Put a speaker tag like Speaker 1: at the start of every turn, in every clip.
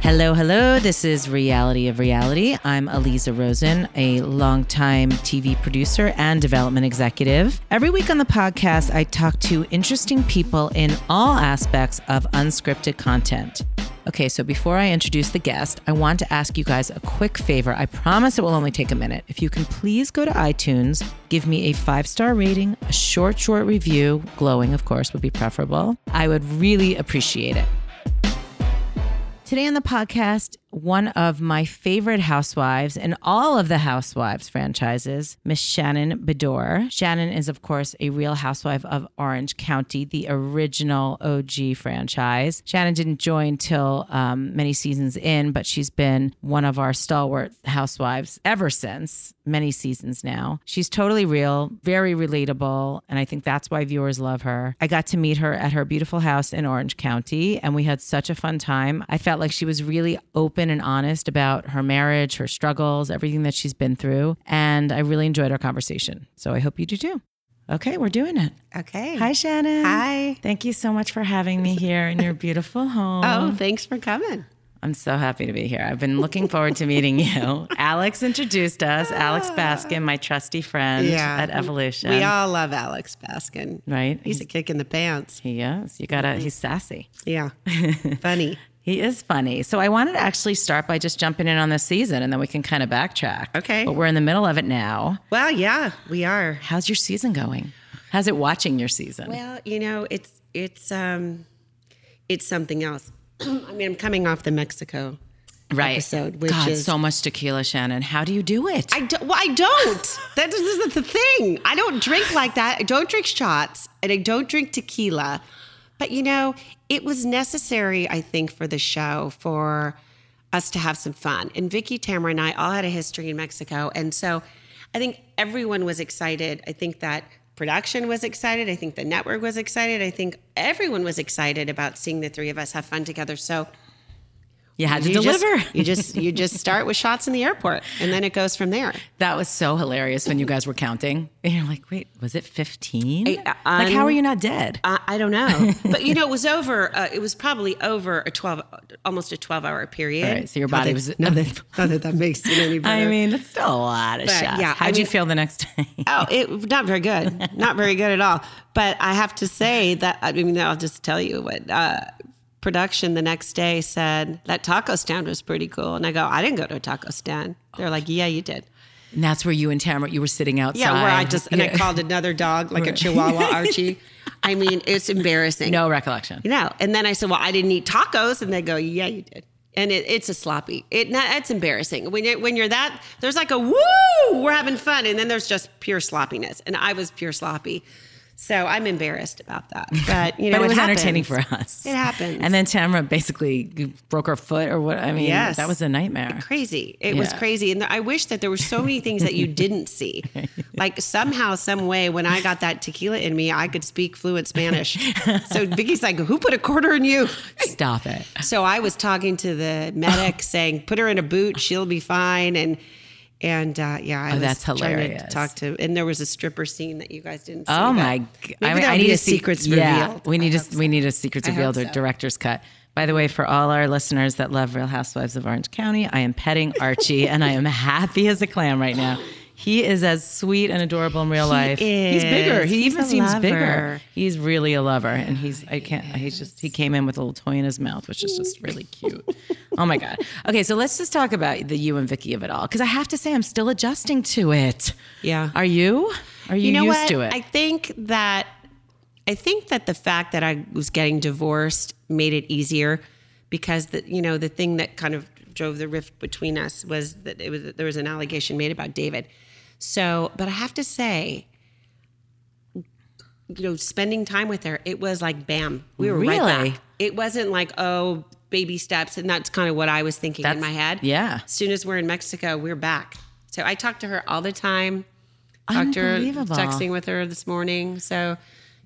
Speaker 1: Hello, hello. This is Reality of Reality. I'm Aliza Rosen, a longtime TV producer and development executive. Every week on the podcast, I talk to interesting people in all aspects of unscripted content. Okay, so before I introduce the guest, I want to ask you guys a quick favor. I promise it will only take a minute. If you can please go to iTunes, give me a five star rating, a short, short review, glowing, of course, would be preferable. I would really appreciate it. Today on the podcast, one of my favorite housewives in all of the Housewives franchises, Miss Shannon Bedore. Shannon is, of course, a real housewife of Orange County, the original OG franchise. Shannon didn't join till um, many seasons in, but she's been one of our stalwart housewives ever since, many seasons now. She's totally real, very relatable, and I think that's why viewers love her. I got to meet her at her beautiful house in Orange County, and we had such a fun time. I felt like she was really open and honest about her marriage, her struggles, everything that she's been through, and I really enjoyed our conversation. So I hope you do too. Okay, we're doing it.
Speaker 2: Okay.
Speaker 1: Hi, Shannon.
Speaker 2: Hi.
Speaker 1: Thank you so much for having me here in your beautiful home.
Speaker 2: Oh, thanks for coming.
Speaker 1: I'm so happy to be here. I've been looking forward to meeting you. Alex introduced us, Alex Baskin, my trusty friend
Speaker 2: Yeah.
Speaker 1: at Evolution.
Speaker 2: We all love Alex Baskin.
Speaker 1: right?
Speaker 2: He's Mm-hmm. a kick in the pants.
Speaker 1: he is. You gotta, he's sassy.
Speaker 2: Yeah. Funny.
Speaker 1: He is funny. So I wanted to actually start by just jumping in on this season and then we can kind of backtrack.
Speaker 2: Okay.
Speaker 1: But we're in the middle of it now.
Speaker 2: Well, yeah, we are.
Speaker 1: How's your season going? How's it watching your season?
Speaker 2: Well, you know, it's it's um it's something else. I mean, I'm coming off the Mexico.
Speaker 1: right.
Speaker 2: episode, which
Speaker 1: God,
Speaker 2: is-
Speaker 1: so much tequila, Shannon. How do you do it?
Speaker 2: I don't, well, I don't. that is the thing. I don't drink like that. I don't drink shots and I don't drink tequila. But you know, it was necessary, I think, for the show for us to have some fun. And Vicky, Tamara, and I all had a history in Mexico. And so I think everyone was excited. I think that production was excited. I think the network was excited. I think everyone was excited about seeing the three of us have fun together. So
Speaker 1: you had to
Speaker 2: you just-
Speaker 1: deliver.
Speaker 2: you just you just start with shots in the airport and then it goes from there.
Speaker 1: That was so hilarious when you guys were counting. And you're like, wait, was it 15?
Speaker 2: Hey, uh,
Speaker 1: like, how
Speaker 2: un-
Speaker 1: are you not dead?
Speaker 2: I, I don't know, but you know, it was over. Uh, it was probably over a twelve, almost a twelve-hour period.
Speaker 1: All right, so your body was.
Speaker 2: Not that, not that that makes it any better.
Speaker 1: I mean, that's still a lot of shots.
Speaker 2: yeah, I
Speaker 1: How'd you
Speaker 2: mean-
Speaker 1: feel the next day?
Speaker 2: oh, it not very good, not very good at all. But I have to say that I mean, I'll just tell you what uh, production the next day said that taco stand was pretty cool, and I go, I didn't go to a taco stand. They're like, Yeah, you did.
Speaker 1: And that's where you and Tamara, you were sitting outside.
Speaker 2: Yeah, where I just and I
Speaker 1: Yeah.
Speaker 2: called another dog like a Chihuahua Archie. I mean, it's embarrassing.
Speaker 1: No recollection.
Speaker 2: you know. And then I said, well, I didn't eat tacos, and they go, yeah, you did. And it, it's a sloppy. It no, that's embarrassing when you when you're that. There's like a woo, we're having fun, and then there's just pure sloppiness. And I was pure sloppy, so I'm embarrassed about that. But you know,
Speaker 1: But it was
Speaker 2: happens.
Speaker 1: entertaining for us.
Speaker 2: It happens.
Speaker 1: And then Tamara basically broke her foot or what? I mean,
Speaker 2: Yes.
Speaker 1: that was a nightmare.
Speaker 2: crazy. It was
Speaker 1: Yeah.
Speaker 2: crazy. And I wish that there were so many things that you didn't see. Like somehow, some way, when I got that tequila in me, I could speak fluent Spanish. so Vicky's like, "Who put a quarter in you?"
Speaker 1: Stop it.
Speaker 2: So I was talking to the medic, saying, "Put her in a boot; she'll be fine." And and uh, yeah, I was
Speaker 1: Oh, that's
Speaker 2: trying
Speaker 1: hilarious.
Speaker 2: To talk to, and there was a stripper scene that you guys didn't. see.
Speaker 1: Oh
Speaker 2: but
Speaker 1: my! g-
Speaker 2: Maybe that'll be a
Speaker 1: see-
Speaker 2: secrets
Speaker 1: yeah,
Speaker 2: revealed.
Speaker 1: we need a we need a secrets revealed or
Speaker 2: so.
Speaker 1: director's cut. By the way, for all our listeners that love Real Housewives of Orange County, I am petting Archie, and I am happy as a clam right now. He is as sweet and adorable in real life. He's bigger.
Speaker 2: is.
Speaker 1: He
Speaker 2: He's
Speaker 1: even
Speaker 2: a
Speaker 1: seems bigger.
Speaker 2: lover.
Speaker 1: He's really a lover, and he's I can't. He's just he came in with a little toy in his mouth, which is just really cute. oh my god. Okay, so let's just talk about the you and Vicky of it all, because I have to say I'm still adjusting to it.
Speaker 2: Yeah.
Speaker 1: Are you? Are you,
Speaker 2: you know
Speaker 1: used
Speaker 2: what?
Speaker 1: to it?
Speaker 2: I think that I think that the fact that I was getting divorced made it easier because the you know the thing that kind of drove the rift between us was that it was there was an allegation made about David. So, but I have to say, you know, spending time with her, it was like bam, we were
Speaker 1: Really?
Speaker 2: right back. It wasn't like oh baby steps, and that's kind of what I was thinking in
Speaker 1: That's-
Speaker 2: my head.
Speaker 1: yeah.
Speaker 2: As soon as we're in Mexico, we're back. So I talk to her all the time. Talked to her
Speaker 1: Unbelievable.
Speaker 2: texting with her this morning. So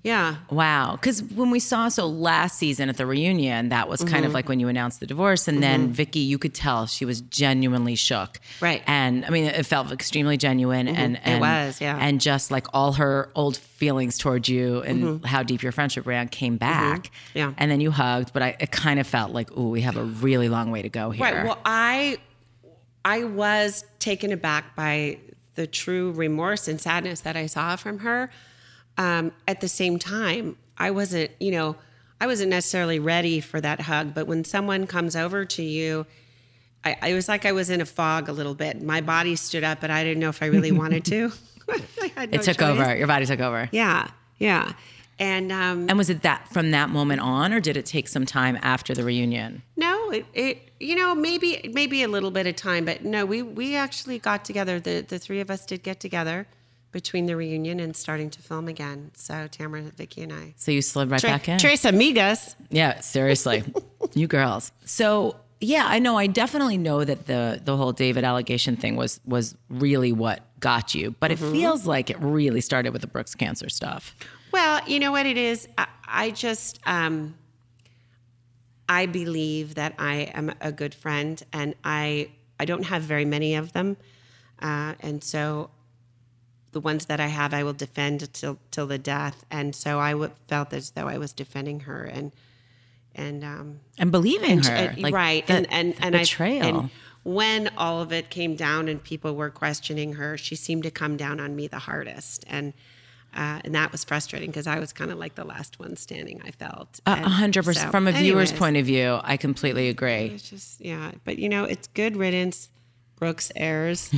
Speaker 2: Yeah.
Speaker 1: Wow. Because when we saw so last season at the reunion, that was
Speaker 2: Mm-hmm.
Speaker 1: kind of like when you announced the divorce. And then Vicky, you could tell she was genuinely shook.
Speaker 2: Right. Mm-hmm.
Speaker 1: And I mean, it felt extremely genuine. And, and
Speaker 2: was, yeah.
Speaker 1: And just like all her old feelings towards you and how deep your friendship ran came back.
Speaker 2: Mm-hmm. Yeah.
Speaker 1: And then you hugged, but I it kind of felt like, ooh, we have a really long way to go here.
Speaker 2: Right. Well, I I was taken aback by the true remorse and sadness that I saw from her. Um, at the same time, I wasn't, you know, I wasn't necessarily ready for that hug. But when someone comes over to you, I, I was like I was in a fog a little bit. My body stood up, but I didn't know if I really wanted to. I had no
Speaker 1: it took
Speaker 2: choice.
Speaker 1: over. Your body took over.
Speaker 2: Yeah, yeah. And um,
Speaker 1: And was it that from that moment on, or did it take some time after the reunion?
Speaker 2: No, it, it you know maybe maybe a little bit of time, but no, we we actually got together. The the three of us did get together between the reunion and starting to film again. So Tamara, Vicky, and I.
Speaker 1: So you slid right back in.
Speaker 2: Trace Amigas.
Speaker 1: Yeah, seriously. you girls. So yeah, I know. I definitely know that the the whole David allegation thing was was really what got you, but
Speaker 2: Mm-hmm.
Speaker 1: it feels like it really started with the Brooks cancer stuff.
Speaker 2: Well, you know what it is. I, I just um, I believe that I am a good friend, and I I don't have very many of them, uh, and so the ones that I have, I will defend till till the death. And so I w- felt as though I was defending her, and and um,
Speaker 1: And believing her,
Speaker 2: uh,
Speaker 1: like,
Speaker 2: right,
Speaker 1: the-
Speaker 2: and and
Speaker 1: the
Speaker 2: and
Speaker 1: betrayal.
Speaker 2: I and when all of it came down and people were questioning her, she seemed to come down on me the hardest, and uh, and that was frustrating because I was kind of like the last one standing. I felt
Speaker 1: A-
Speaker 2: And
Speaker 1: A hundred percent.
Speaker 2: so,
Speaker 1: From a viewer's
Speaker 2: anyways,
Speaker 1: point of view, I completely agree.
Speaker 2: it's just yeah, but you know, it's good riddance, Brooks airs,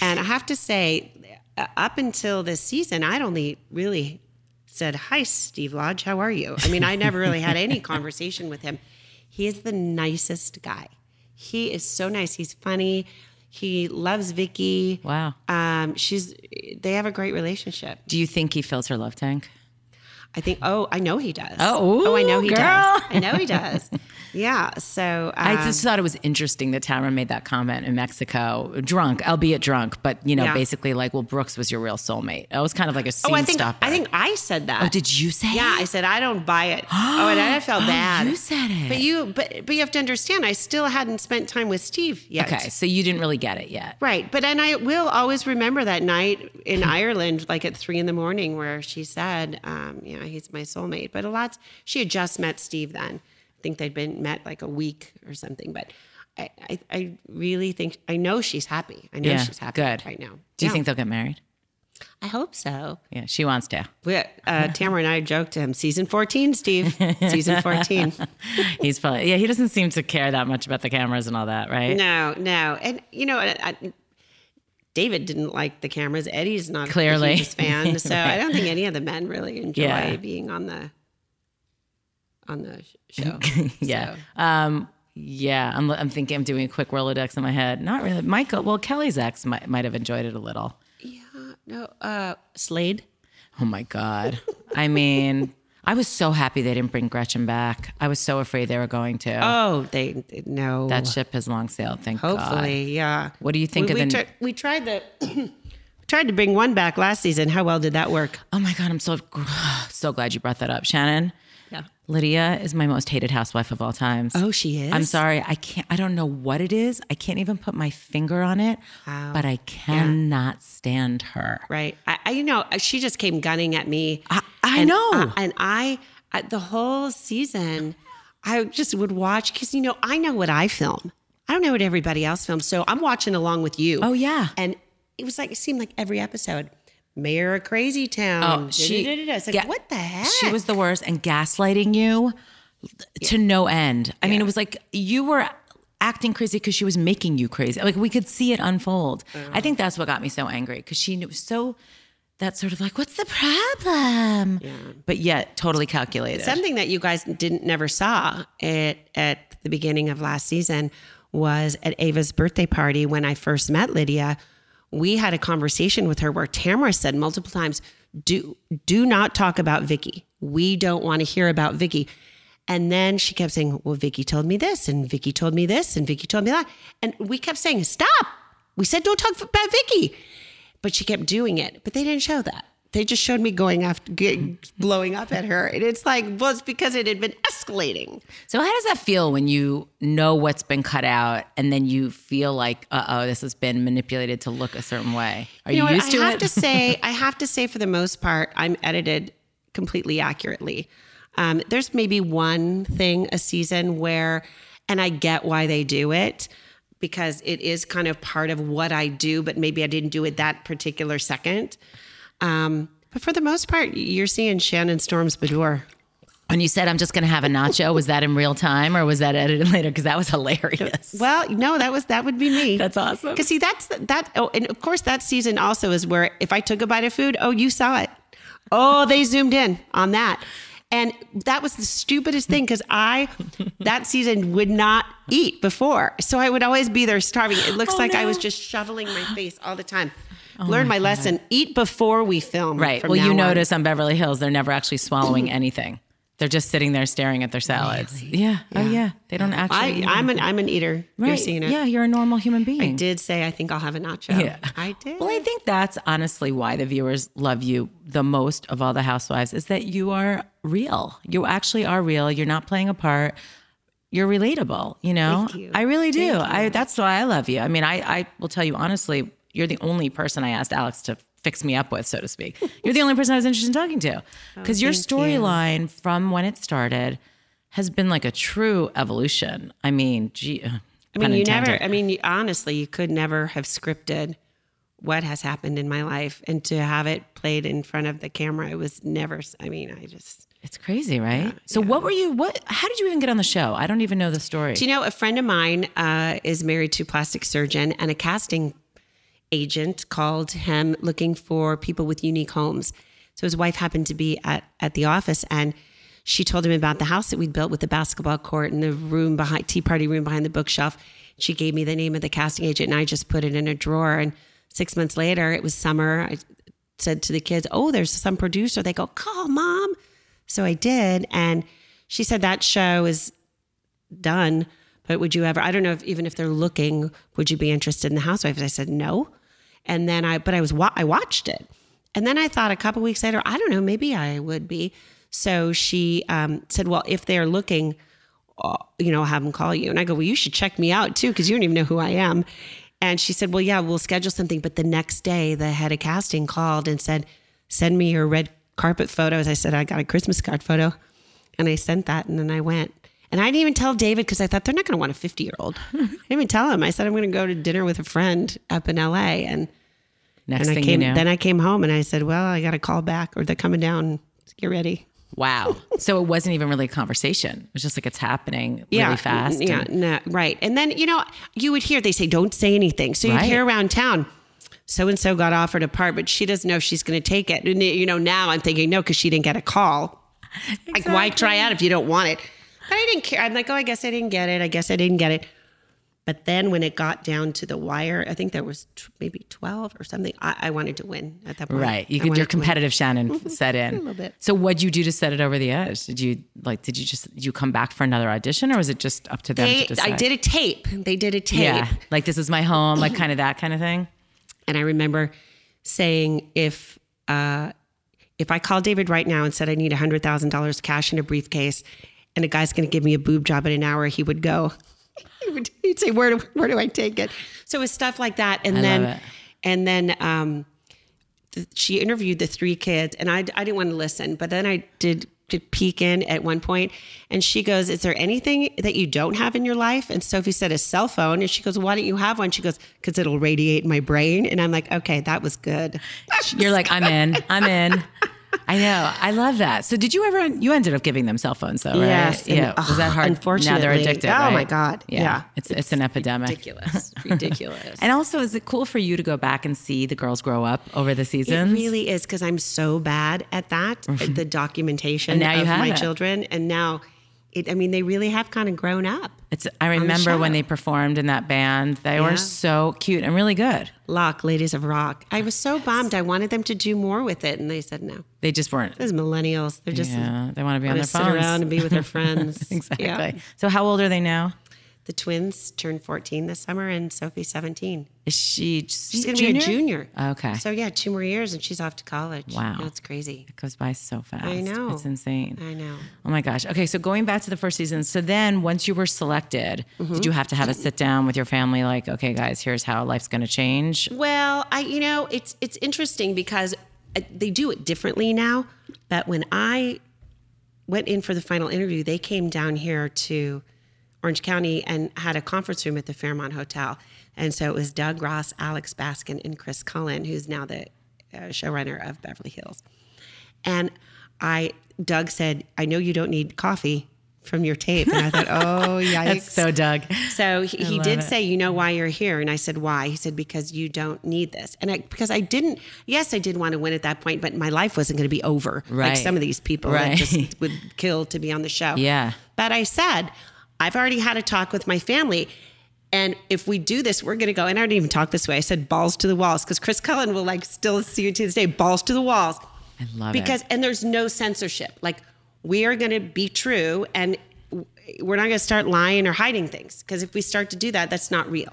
Speaker 2: and I have to say, uh, up until this season, I'd only really said hi, Steve Lodge. How are you? I mean, I never really had any conversation with him. He is the nicest guy. He is so nice. He's funny. He loves Vicky.
Speaker 1: Wow.
Speaker 2: Um, she's. They have a great relationship.
Speaker 1: Do you think he fills her love tank?
Speaker 2: I think. Oh, I know he does.
Speaker 1: Oh,
Speaker 2: oh, I know
Speaker 1: ooh,
Speaker 2: he does.
Speaker 1: girl.
Speaker 2: I know he does. Yeah. So
Speaker 1: I
Speaker 2: um,
Speaker 1: just thought it was interesting that Tamara made that comment in Mexico, drunk, albeit drunk, but you know,
Speaker 2: Yeah.
Speaker 1: basically like, well, Brooks was your real soulmate. It was kind of like a scene
Speaker 2: Oh, I think
Speaker 1: stopper.
Speaker 2: I think I said that.
Speaker 1: Oh, did you say?
Speaker 2: Yeah,
Speaker 1: it?
Speaker 2: I said I don't buy it. oh, and I felt
Speaker 1: Oh,
Speaker 2: bad.
Speaker 1: you said it.
Speaker 2: But you, but but you have to understand, I still hadn't spent time with Steve yet.
Speaker 1: Okay, so you didn't really get it yet.
Speaker 2: Right, but and I will always remember that night in Ireland, like at three in the morning, where she said, um, "You know, he's my soulmate." But a lot, she had just met Steve then. I think they'd been met like a week or something. But I, I, I really think I know she's happy. I know
Speaker 1: Yeah,
Speaker 2: she's happy
Speaker 1: good.
Speaker 2: right now.
Speaker 1: Do you
Speaker 2: Yeah.
Speaker 1: think they'll get married?
Speaker 2: I hope so.
Speaker 1: Yeah, she wants to.
Speaker 2: We, uh, Tamara and I joked to him, season 14, Steve, season 14.
Speaker 1: He's probably yeah. He doesn't seem to care that much about the cameras and all that, right?
Speaker 2: No, no. And, you know, I, I, David didn't like the cameras. Eddie's not
Speaker 1: Clearly.
Speaker 2: a hugest fan. So I don't think any of the men really enjoy
Speaker 1: Yeah.
Speaker 2: being on the on the sh- show.
Speaker 1: Yeah.
Speaker 2: So,
Speaker 1: Um, yeah. I'm, I'm thinking. I'm doing a quick Rolodex in my head. Not really. Michael. Well, Kelly's ex might might have enjoyed it a little.
Speaker 2: yeah. No, uh, Slade.
Speaker 1: Oh my God. I mean, I was so happy they didn't bring Gretchen back. I was so afraid they were going to.
Speaker 2: Oh, they, they- no.
Speaker 1: that ship has long sailed. Thank God.
Speaker 2: Hopefully, yeah.
Speaker 1: What do you think
Speaker 2: we,
Speaker 1: of
Speaker 2: we
Speaker 1: the-
Speaker 2: tri- we tried the tried to bring one back last season. How well did that work?
Speaker 1: Oh my God. I'm so so glad you brought that up, Shannon.
Speaker 2: Yeah.
Speaker 1: Lydia is my most hated housewife of all time.
Speaker 2: Oh, she is.
Speaker 1: I'm sorry. I can't. I don't know what it is. I can't even put my finger on it. But I cannot stand her.
Speaker 2: Right. I, I you know, she just came gunning at me.
Speaker 1: I- I
Speaker 2: And uh,
Speaker 1: know.
Speaker 2: and I, I, the whole season, I just would watch because, you know, I know what I film. I don't know what everybody else films. So I'm watching along with you.
Speaker 1: Oh yeah.
Speaker 2: And it was like, it seemed like every episode, Mayor of Crazy Town.
Speaker 1: Oh, she-
Speaker 2: da-da-da-da. I was like,
Speaker 1: yeah.
Speaker 2: what the heck?
Speaker 1: She was the worst, and gaslighting you to no end. I mean, it was like you were acting crazy because she was making you crazy. Like we could see it unfold. I think that's what got me so angry because she knew so that sort of like, what's the problem? But yet, totally calculated.
Speaker 2: Something that you guys didn't never saw at at the beginning of last season was at Ava's birthday party when I first met Lydia. We had a conversation with her where Tamara said multiple times, "Do do not talk about Vicky. We don't want to hear about Vicky." And then she kept saying, "Well, Vicky told me this, and Vicky told me this, and Vicky told me that," and we kept saying, "Stop." We said, "Don't talk about Vicky," but she kept doing it. But they didn't show that. they just showed me going after g- blowing up at her, and it's like well, it's because it had been escalating.
Speaker 1: So how does that feel when you know what's been cut out and then you feel like, uh oh, this has been manipulated to look a certain way? Are you,
Speaker 2: know what?
Speaker 1: used to
Speaker 2: I have
Speaker 1: it?
Speaker 2: to say, I have to say, for the most part, I'm edited completely accurately. Um, there's maybe one thing a season where, and I get why they do it because it is kind of part of what I do, but maybe I didn't do it that particular second. Um, but for the most part, you're seeing Shannon Storm's boudoir.
Speaker 1: when you said I'm just going to have a nacho, was that in real time or was that edited later? Because that was hilarious.
Speaker 2: Well, no, that was that would be me.
Speaker 1: That's awesome.
Speaker 2: Because see, that's that. Oh, and of course, that season also is where if I took a bite of food, oh, you saw it. Oh, they zoomed in on that, and that was the stupidest thing because I that season would not eat before, so I would always be there starving. It
Speaker 1: Oh,
Speaker 2: looks like I was just shoveling my face all the time. Learn my, lesson: eat before we film.
Speaker 1: Right.
Speaker 2: from
Speaker 1: Well, you
Speaker 2: now on.
Speaker 1: notice on Beverly Hills, they're never actually swallowing anything. They're just sitting there staring at their salads. Yeah. Oh, yeah. They don't actually.
Speaker 2: I,
Speaker 1: eat
Speaker 2: I'm an I'm an eater. You're
Speaker 1: Right.
Speaker 2: seeing it.
Speaker 1: Yeah, you're a normal human being.
Speaker 2: I did say I think I'll have a nacho.
Speaker 1: Yeah.
Speaker 2: I did.
Speaker 1: Well, I think that's honestly why the viewers love you the most of all the housewives is that you are real. You actually are real. You're not playing a part. You're relatable, you know?
Speaker 2: Thank you.
Speaker 1: I really do. I that's why I love you. I mean, I I will tell you honestly, you're the only person I asked Alex to fix me up with, so to speak. You're the only person I was interested in talking to.
Speaker 2: Oh,
Speaker 1: Cuz your storyline from when it started has been like a true evolution. I mean, gee, uh,
Speaker 2: I mean, you never, I mean, you, honestly, you could never have scripted what has happened in my life and to have it played in front of the camera. It was never, s- I mean, I just,
Speaker 1: It's crazy, right? so what were you what how did you even get on the show? I don't even know the story.
Speaker 2: do you know, a friend of mine uh, is married to a plastic surgeon and a casting agent called him looking for people with unique homes. So his wife happened to be at, at the office and she told him about the house that we'd built with the basketball court and the room behind tea party room behind the bookshelf. She gave me the name of the casting agent and I just put it in a drawer. And six months later, it was summer. I said to the kids, Oh, there's some producer. They go, Call mom. So I did. And she said, That show is done. But would you ever? I don't know if even if they're looking, would you be interested in the housewives? I said no, and then I but I was wa- I watched it, and then I thought a couple weeks later, I don't know, maybe I would be. So she um, said, well, if they're looking, uh, you know, have them call you. And I go, well, you should check me out too because you don't even know who I am. And she said, well, yeah, we'll schedule something. But the next day, the head of casting called and said, send me your red carpet photos. I said, I got a Christmas card photo. And I sent that and then I went. And I didn't even tell David because I thought they're not going to want a 50 year old. I didn't even tell him. I said, I'm going to go to dinner with a friend up in LA. And,
Speaker 1: Next
Speaker 2: and I
Speaker 1: thing
Speaker 2: came,
Speaker 1: you know.
Speaker 2: then I came home and I said, well, I got a call back or they're coming down. Get ready.
Speaker 1: wow. so it wasn't even really a conversation. It was just like it's happening really fast.
Speaker 2: Yeah,
Speaker 1: and-
Speaker 2: no, right. And then, you know, you would hear they say, don't say anything. So you'd
Speaker 1: Right.
Speaker 2: hear around town, so and so got offered a part, but she doesn't know if she's going to take it. And, you know, now I'm thinking, no, because she didn't get a call. Like, why try out if you don't want it? But I didn't care. I'm like, oh, I guess I didn't get it. I guess I didn't get it. But then when it got down to the wire, I think there was t- maybe 12 or something. I, I wanted to win at that point.
Speaker 1: Right. You
Speaker 2: I
Speaker 1: could, your
Speaker 2: wanted to win.
Speaker 1: competitive Shannon set in. A little
Speaker 2: bit.
Speaker 1: So what'd you do to set it over the edge? Did you like did you just did you come back for another audition or was it just up to them
Speaker 2: They,
Speaker 1: to decide?
Speaker 2: I did a tape. They did a tape.
Speaker 1: Yeah. Like this is my home, like kind of that kind of thing.
Speaker 2: And I remember saying, if uh, if I call David right now and said I need hundred thousand dollars cash in a briefcase, and a guy's going to give me a boob job in an hour, he would go. he would he'd say, "Where do where do I take it?" So it was stuff like that, and then
Speaker 1: love it.
Speaker 2: and then um, th- she interviewed the three kids, and I I didn't want to listen, but then I did. Did peek in at one point, and she goes, "Is there anything that you don't have in your life?" And Sophie said, "A cell phone." And she goes, "Why don't you have one?" She goes, "Because it'll radiate my brain." And I'm like, "Okay, that was good."
Speaker 1: You're like, I'm in, I'm in. I know. I love that. So did you ever you ended up giving them cell phones though, right?
Speaker 2: Yes, and,
Speaker 1: Yeah.
Speaker 2: ugh,
Speaker 1: Was that hard? Now they're
Speaker 2: unfortunately.
Speaker 1: addicted.
Speaker 2: Oh,
Speaker 1: right?
Speaker 2: my God. Yeah.
Speaker 1: It's it's an epidemic.
Speaker 2: ridiculous, ridiculous.
Speaker 1: And also, is it cool for you to go back and see the girls grow up over the
Speaker 2: It
Speaker 1: seasons?
Speaker 2: really is because I'm so bad at that, at the documentation
Speaker 1: Mm-hmm. now you
Speaker 2: of
Speaker 1: have
Speaker 2: my
Speaker 1: it.
Speaker 2: children, and now, it, I mean, they really have kind of grown up.
Speaker 1: It's, I remember when
Speaker 2: show.
Speaker 1: they performed in that band. They
Speaker 2: Yeah.
Speaker 1: were so cute and really good.
Speaker 2: Lock, ladies of rock. I was so bummed. I wanted them to do more with it, and they said no.
Speaker 1: They just weren't.
Speaker 2: Those millennials, they're just
Speaker 1: Yeah, they want to be on
Speaker 2: gonna
Speaker 1: their
Speaker 2: sit
Speaker 1: phones.
Speaker 2: around and be with their friends.
Speaker 1: exactly.
Speaker 2: Yeah.
Speaker 1: So, how old are they now?
Speaker 2: The twins turned 14 this summer, and Sophie 17.
Speaker 1: Is she?
Speaker 2: She's going to be a junior.
Speaker 1: Okay.
Speaker 2: So yeah, two more years and she's off to college.
Speaker 1: Wow.
Speaker 2: That's crazy.
Speaker 1: It goes by so fast.
Speaker 2: I know.
Speaker 1: It's insane.
Speaker 2: I know.
Speaker 1: Oh my gosh. Okay, so going back to the first season, so then once you were selected, did you have to have a sit down with your family like, okay guys, here's how life's going to change?
Speaker 2: Well, I you know it's it's interesting because uh, they do it differently now. But when I went in for the final interview, they came down here to Orange County and had a conference room at the Fairmont Hotel. And so it was Doug Ross, Alex Baskin, and Chris Cullen, who's now the uh, showrunner of Beverly Hills. And I, Doug said, "I know you don't need coffee from your tape." And I thought, "Oh, yikes!"
Speaker 1: So Doug,
Speaker 2: So he, he did say, "You know why you're here?" And I said, "Why?" He said, "Because you don't need this." And I because I didn't. Yes, I did want to win at that point, but my life wasn't going to be over.
Speaker 1: Right.
Speaker 2: Like some of these people
Speaker 1: Right.
Speaker 2: that just would kill to be on the show.
Speaker 1: Yeah.
Speaker 2: But I said, "I've already had a talk with my family." And if we do this, we're going to go. And I didn't even talk this way. I said balls to the walls because Chris Cullen will like still see you to this day. Balls to the walls
Speaker 1: I love
Speaker 2: because
Speaker 1: it.
Speaker 2: and there's no censorship like we are going to be true and w- we're not going to start lying or hiding things because if we start to do that that's not real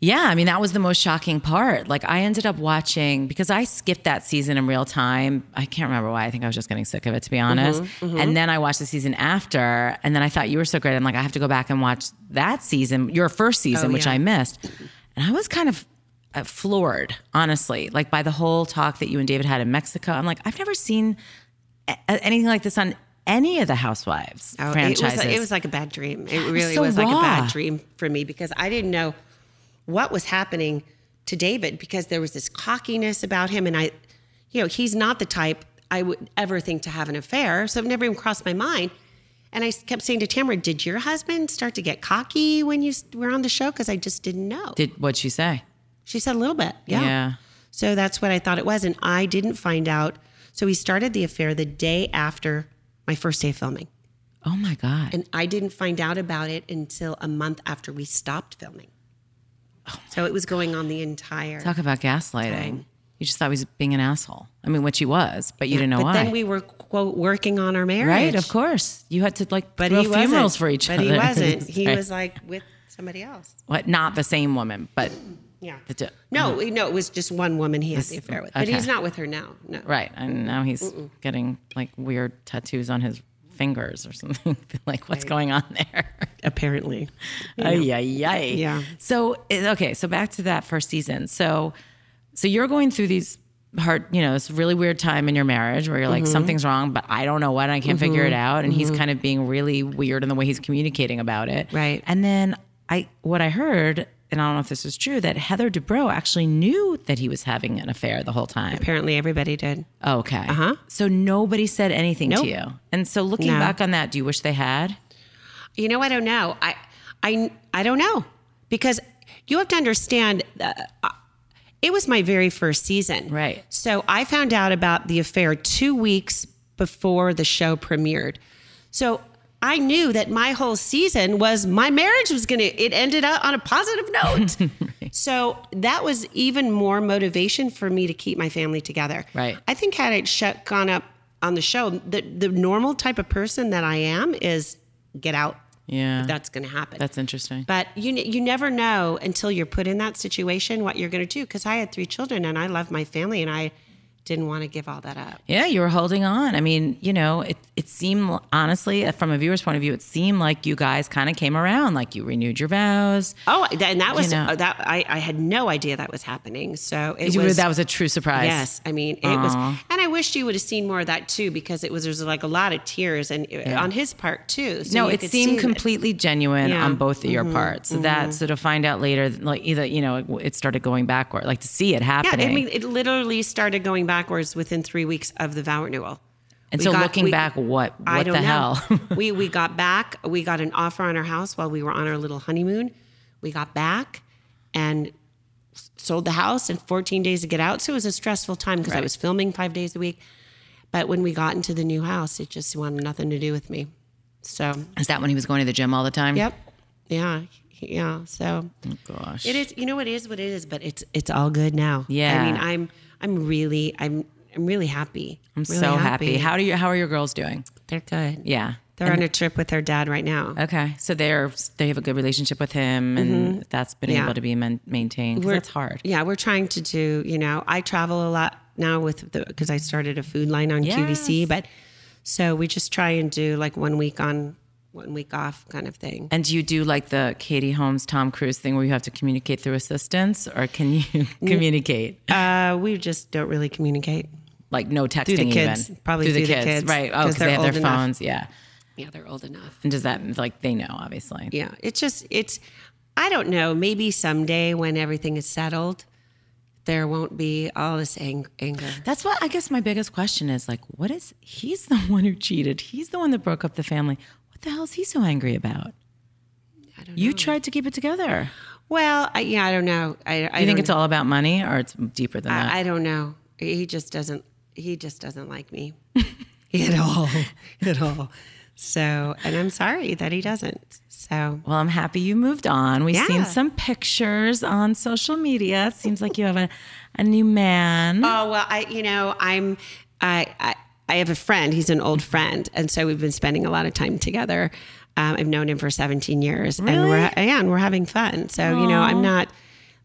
Speaker 1: Yeah, I mean that was the most shocking part. Like I ended up watching because I skipped that season in real time. I can't remember why. I think I was just getting sick of it to be
Speaker 2: Mm-hmm,
Speaker 1: honest. And then I watched the season after and then I thought you were so great. I'm like I have to go back and watch that season, your first season
Speaker 2: Oh,
Speaker 1: which
Speaker 2: yeah.
Speaker 1: I missed. And I was kind of uh, floored, honestly, like by the whole talk that you and David had in Mexico. I'm like I've never seen a- a- anything like this on any of the housewives
Speaker 2: Oh, it was,
Speaker 1: franchises.
Speaker 2: it was like a bad dream it really
Speaker 1: so
Speaker 2: was like a
Speaker 1: raw.
Speaker 2: bad dream for me because i didn't know what was happening to david because there was this cockiness about him and i you know he's not the type i would ever think to have an affair so it never even crossed my mind and i kept saying to tamara did your husband start to get cocky when you s- were on the show because i just didn't know
Speaker 1: Did what'd she say?
Speaker 2: She said a little bit. Yeah. So that's what I thought it was. And I didn't find out. So we started the affair the day after my first day of filming.
Speaker 1: Oh my god.
Speaker 2: And I didn't find out about it until a month after we stopped filming. so it was going on the entire
Speaker 1: Talk about gaslighting. You just thought he was being an asshole. I mean, which he was, but you didn't know
Speaker 2: But
Speaker 1: why.
Speaker 2: then we were quote working on our marriage.
Speaker 1: right, of course. You had to like
Speaker 2: But
Speaker 1: throw
Speaker 2: he wasn't.
Speaker 1: funerals for each
Speaker 2: but
Speaker 1: other.
Speaker 2: he wasn't. He
Speaker 1: Right.
Speaker 2: was like with somebody else.
Speaker 1: what? Not the same woman, but
Speaker 2: Yeah.
Speaker 1: the di-
Speaker 2: No, we- no, it was just one woman he had the affair with. But
Speaker 1: okay.
Speaker 2: he's not with her now. No.
Speaker 1: right. And now he's getting like weird tattoos on his fingers or something. like, what's going on there?
Speaker 2: Apparently.
Speaker 1: Ay, ay, ay.
Speaker 2: Yeah.
Speaker 1: So it- okay, so back to that first season. So so you're going through these hard, you know, this really weird time in your marriage where you're
Speaker 2: Mm-hmm.
Speaker 1: like something's wrong, but I don't know what, and I can't figure it out, and he's kind of being really weird in the way he's communicating about it.
Speaker 2: Right.
Speaker 1: And then I what I heard, and I don't know if this is true, that Heather Dubrow actually knew that he was having an affair the whole time.
Speaker 2: Apparently everybody did.
Speaker 1: Okay. Uh-huh. So nobody said anything
Speaker 2: Nope.
Speaker 1: to you. And so looking
Speaker 2: No.
Speaker 1: back on that, do you wish they had?
Speaker 2: You know, I don't know. I, I, I don't know because you have to understand. Uh, uh, it was my very first season,
Speaker 1: Right.
Speaker 2: So I found out about the affair two weeks before the show premiered. So I knew that my whole season was my marriage was gonna. It ended up on a positive note. So that was even more motivation for me to keep my family together.
Speaker 1: Right.
Speaker 2: I think had it sh- gone up on the show, the the normal type of person that I am is get out.
Speaker 1: Yeah.
Speaker 2: That's going to happen.
Speaker 1: Mm-hmm. That's interesting.
Speaker 2: but you ne- you never know until you're put in that situation what you're going to do. Because I had three children and I love my family and I didn't want to give all that up.
Speaker 1: Yeah, you were holding on. I mean, you know, it it seemed honestly, uh, from a viewer's point of view, it seemed like you guys kind of came around, like you renewed your vows.
Speaker 2: Oh, th- and that was
Speaker 1: know.
Speaker 2: uh, that I, I had no idea that was happening. So it
Speaker 1: You-
Speaker 2: was
Speaker 1: that was a true surprise.
Speaker 2: Yes, I mean it was, and I wish you would have seen more of that too because it was there's like a lot of tears and uh, on his part too. So
Speaker 1: No,
Speaker 2: you
Speaker 1: it
Speaker 2: could see
Speaker 1: seemed
Speaker 2: that-
Speaker 1: completely genuine
Speaker 2: Yeah. Mm-hmm.
Speaker 1: on both of your parts. So that, so to find out later, like either you know, it, it started going backward, like to see it
Speaker 2: Yeah,
Speaker 1: happening.
Speaker 2: I mean it literally started going backwards within three weeks of the vow renewal.
Speaker 1: and
Speaker 2: we
Speaker 1: so
Speaker 2: got-
Speaker 1: looking
Speaker 2: we-
Speaker 1: back, what what
Speaker 2: I don't
Speaker 1: the
Speaker 2: know.
Speaker 1: hell?
Speaker 2: we we got back. We got an offer on our house while we were on our little honeymoon. We got back and s- sold the house in 14 days to get out. So it was a stressful time because I was filming five days a week. But when we got into the new house, it just wanted nothing to do with me. So
Speaker 1: Is that when he was going to the gym all the time?
Speaker 2: yep, yeah, yeah. So
Speaker 1: Gosh.
Speaker 2: it is. You know, it is what it is. But it's it's all good now.
Speaker 1: Yeah.
Speaker 2: I mean, I'm I'm really I'm I'm really happy.
Speaker 1: I'm so happy. How do you? How are your girls doing?
Speaker 2: They're good.
Speaker 1: Yeah.
Speaker 2: They're on a trip with their dad right now.
Speaker 1: Okay, so they're they have a good relationship with him, and that's been
Speaker 2: Mm-hmm. Yeah.
Speaker 1: able to be man- maintained. 'cause that's hard.
Speaker 2: Yeah, we're trying to do, you know, I travel a lot now with the, because I started a food line on QVC, but so we just try and do like one week on, one week off kind of thing.
Speaker 1: And do you do like the Katie Holmes Tom Cruise thing where you have to communicate through assistance, or can you communicate
Speaker 2: Uh, we just don't really communicate.
Speaker 1: like no texting?
Speaker 2: the kids,
Speaker 1: even?
Speaker 2: probably through the kids,
Speaker 1: right? Oh,
Speaker 2: 'cause
Speaker 1: because they
Speaker 2: they're
Speaker 1: have their
Speaker 2: old enough.
Speaker 1: phones. Yeah,
Speaker 2: Yeah, they're old enough.
Speaker 1: and does that like they know obviously?
Speaker 2: Yeah, it's just, it's, I don't know, maybe someday when everything is settled, there won't be all this ang- anger.
Speaker 1: That's what I guess my biggest question is like, what is he's the one who cheated? He's the one that broke up the family. What the hell is he so angry about?
Speaker 2: I don't
Speaker 1: You tried to keep it together.
Speaker 2: Well, I, yeah, I don't know. I, I
Speaker 1: You think
Speaker 2: don't
Speaker 1: it's all about money, or it's deeper than that?
Speaker 2: I, I don't know. He just doesn't. He just doesn't like me at all. At all. So, and I'm sorry that he doesn't. So,
Speaker 1: Well, I'm happy you moved on. We've
Speaker 2: Yeah.
Speaker 1: seen some pictures on social media. It seems like you have a, a new man.
Speaker 2: oh well. I, you know, I'm. I, I, I have a friend. He's an old friend, and so we've been spending a lot of time together. Um, I've known him for 17 years, and we're yeah, and we're having fun. So, you know, I'm not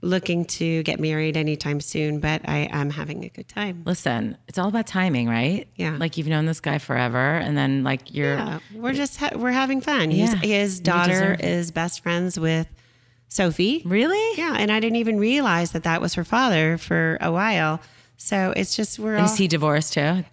Speaker 2: looking to get married anytime soon, but I am having a good time.
Speaker 1: Listen, it's all about timing, right?
Speaker 2: Yeah.
Speaker 1: Like you've known this guy forever, and then like you're
Speaker 2: Yeah, Oh, we're just ha- we're having fun.
Speaker 1: Yeah,
Speaker 2: He's, his
Speaker 1: you
Speaker 2: daughter
Speaker 1: deserve
Speaker 2: is best friends with Sophie.
Speaker 1: really.
Speaker 2: Yeah, and I didn't even realize that that was her father for a while. So it's just we're all
Speaker 1: Is he divorced too?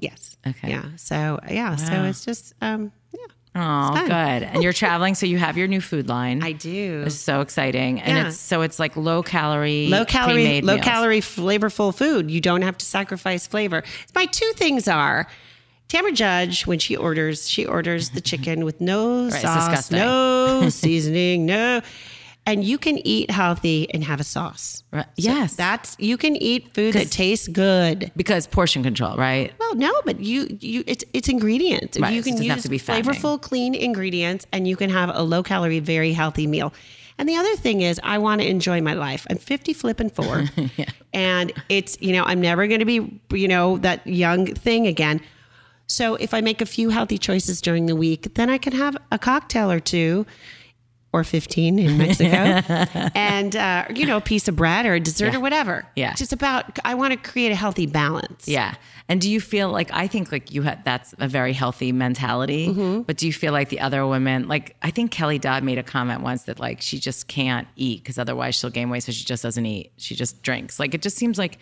Speaker 2: yes.
Speaker 1: Okay.
Speaker 2: Yeah. So yeah. So it's just um yeah.
Speaker 1: Oh, good. And you're traveling, so you have your new food line.
Speaker 2: I do
Speaker 1: It's so exciting, and
Speaker 2: Yeah.
Speaker 1: it's so it's like low calorie,
Speaker 2: low calorie,
Speaker 1: pre-made
Speaker 2: low
Speaker 1: meals.
Speaker 2: calorie, flavorful food. You don't have to sacrifice flavor. My two things are. Tamara Judge, when she orders, she orders the chicken with no
Speaker 1: it's
Speaker 2: sauce,
Speaker 1: disgusting.
Speaker 2: no seasoning, no. And you can eat healthy and have a sauce.
Speaker 1: Right. Yes,
Speaker 2: That's you can eat food that tastes good.
Speaker 1: because portion control, right?
Speaker 2: Well, no, but you you it's it's ingredients.
Speaker 1: Right, so
Speaker 2: You
Speaker 1: it
Speaker 2: can
Speaker 1: doesn't
Speaker 2: use
Speaker 1: have to be fattening.
Speaker 2: flavorful, clean ingredients, and you can have a low calorie, very healthy meal. And the other thing is, I want to enjoy my life. I'm 50 flipping four, and it's you know I'm never going to be you know that young thing again. So if I make a few healthy choices during the week, then I can have a cocktail or two. Or 15 in Mexico, and uh, you know, a piece of bread or a dessert or whatever.
Speaker 1: Yeah.
Speaker 2: Just about, I want to create a healthy balance.
Speaker 1: Yeah. And do you feel like I think like you had that's a very healthy mentality,
Speaker 2: Mm-hmm.
Speaker 1: but do you feel like the other women like I think Kelly Dodd made a comment once that like she just can't eat because otherwise she'll gain weight, so she just doesn't eat. She just drinks. Like it just seems like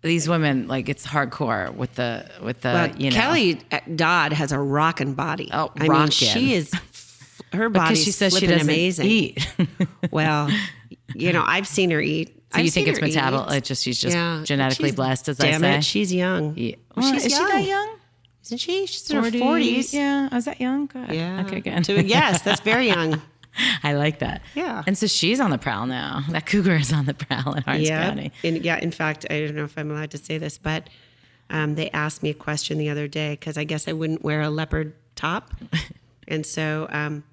Speaker 1: these women like it's hardcore with the with the
Speaker 2: But
Speaker 1: you know
Speaker 2: Uh, Kelly Dodd has a rockin' body.
Speaker 1: Oh,
Speaker 2: I mean,
Speaker 1: rockin'.
Speaker 2: she is. Her body.
Speaker 1: because she says she doesn't
Speaker 2: amazing.
Speaker 1: eat. so
Speaker 2: Well, you know, I've seen her eat. I've
Speaker 1: you think
Speaker 2: seen
Speaker 1: it's
Speaker 2: her eat.
Speaker 1: metabolic? It's just she's just
Speaker 2: Yeah,
Speaker 1: genetically
Speaker 2: she's-
Speaker 1: blessed, as
Speaker 2: damn
Speaker 1: I
Speaker 2: it,
Speaker 1: say.
Speaker 2: she's young. Yeah.
Speaker 1: Well,
Speaker 2: she's
Speaker 1: is
Speaker 2: young,
Speaker 1: she that young?
Speaker 2: isn't she? She's in her forties.
Speaker 1: Yeah, Oh, is that young? Good. Okay, good.
Speaker 2: To- yes, that's very young.
Speaker 1: I like that.
Speaker 2: Yeah.
Speaker 1: And so she's on the prowl now. That cougar is on the prowl in Orange
Speaker 2: yeah.
Speaker 1: County.
Speaker 2: In, yeah. In fact, I don't know if I'm allowed to say this, but um, they asked me a question the other day because I guess I wouldn't wear a leopard top, and so um,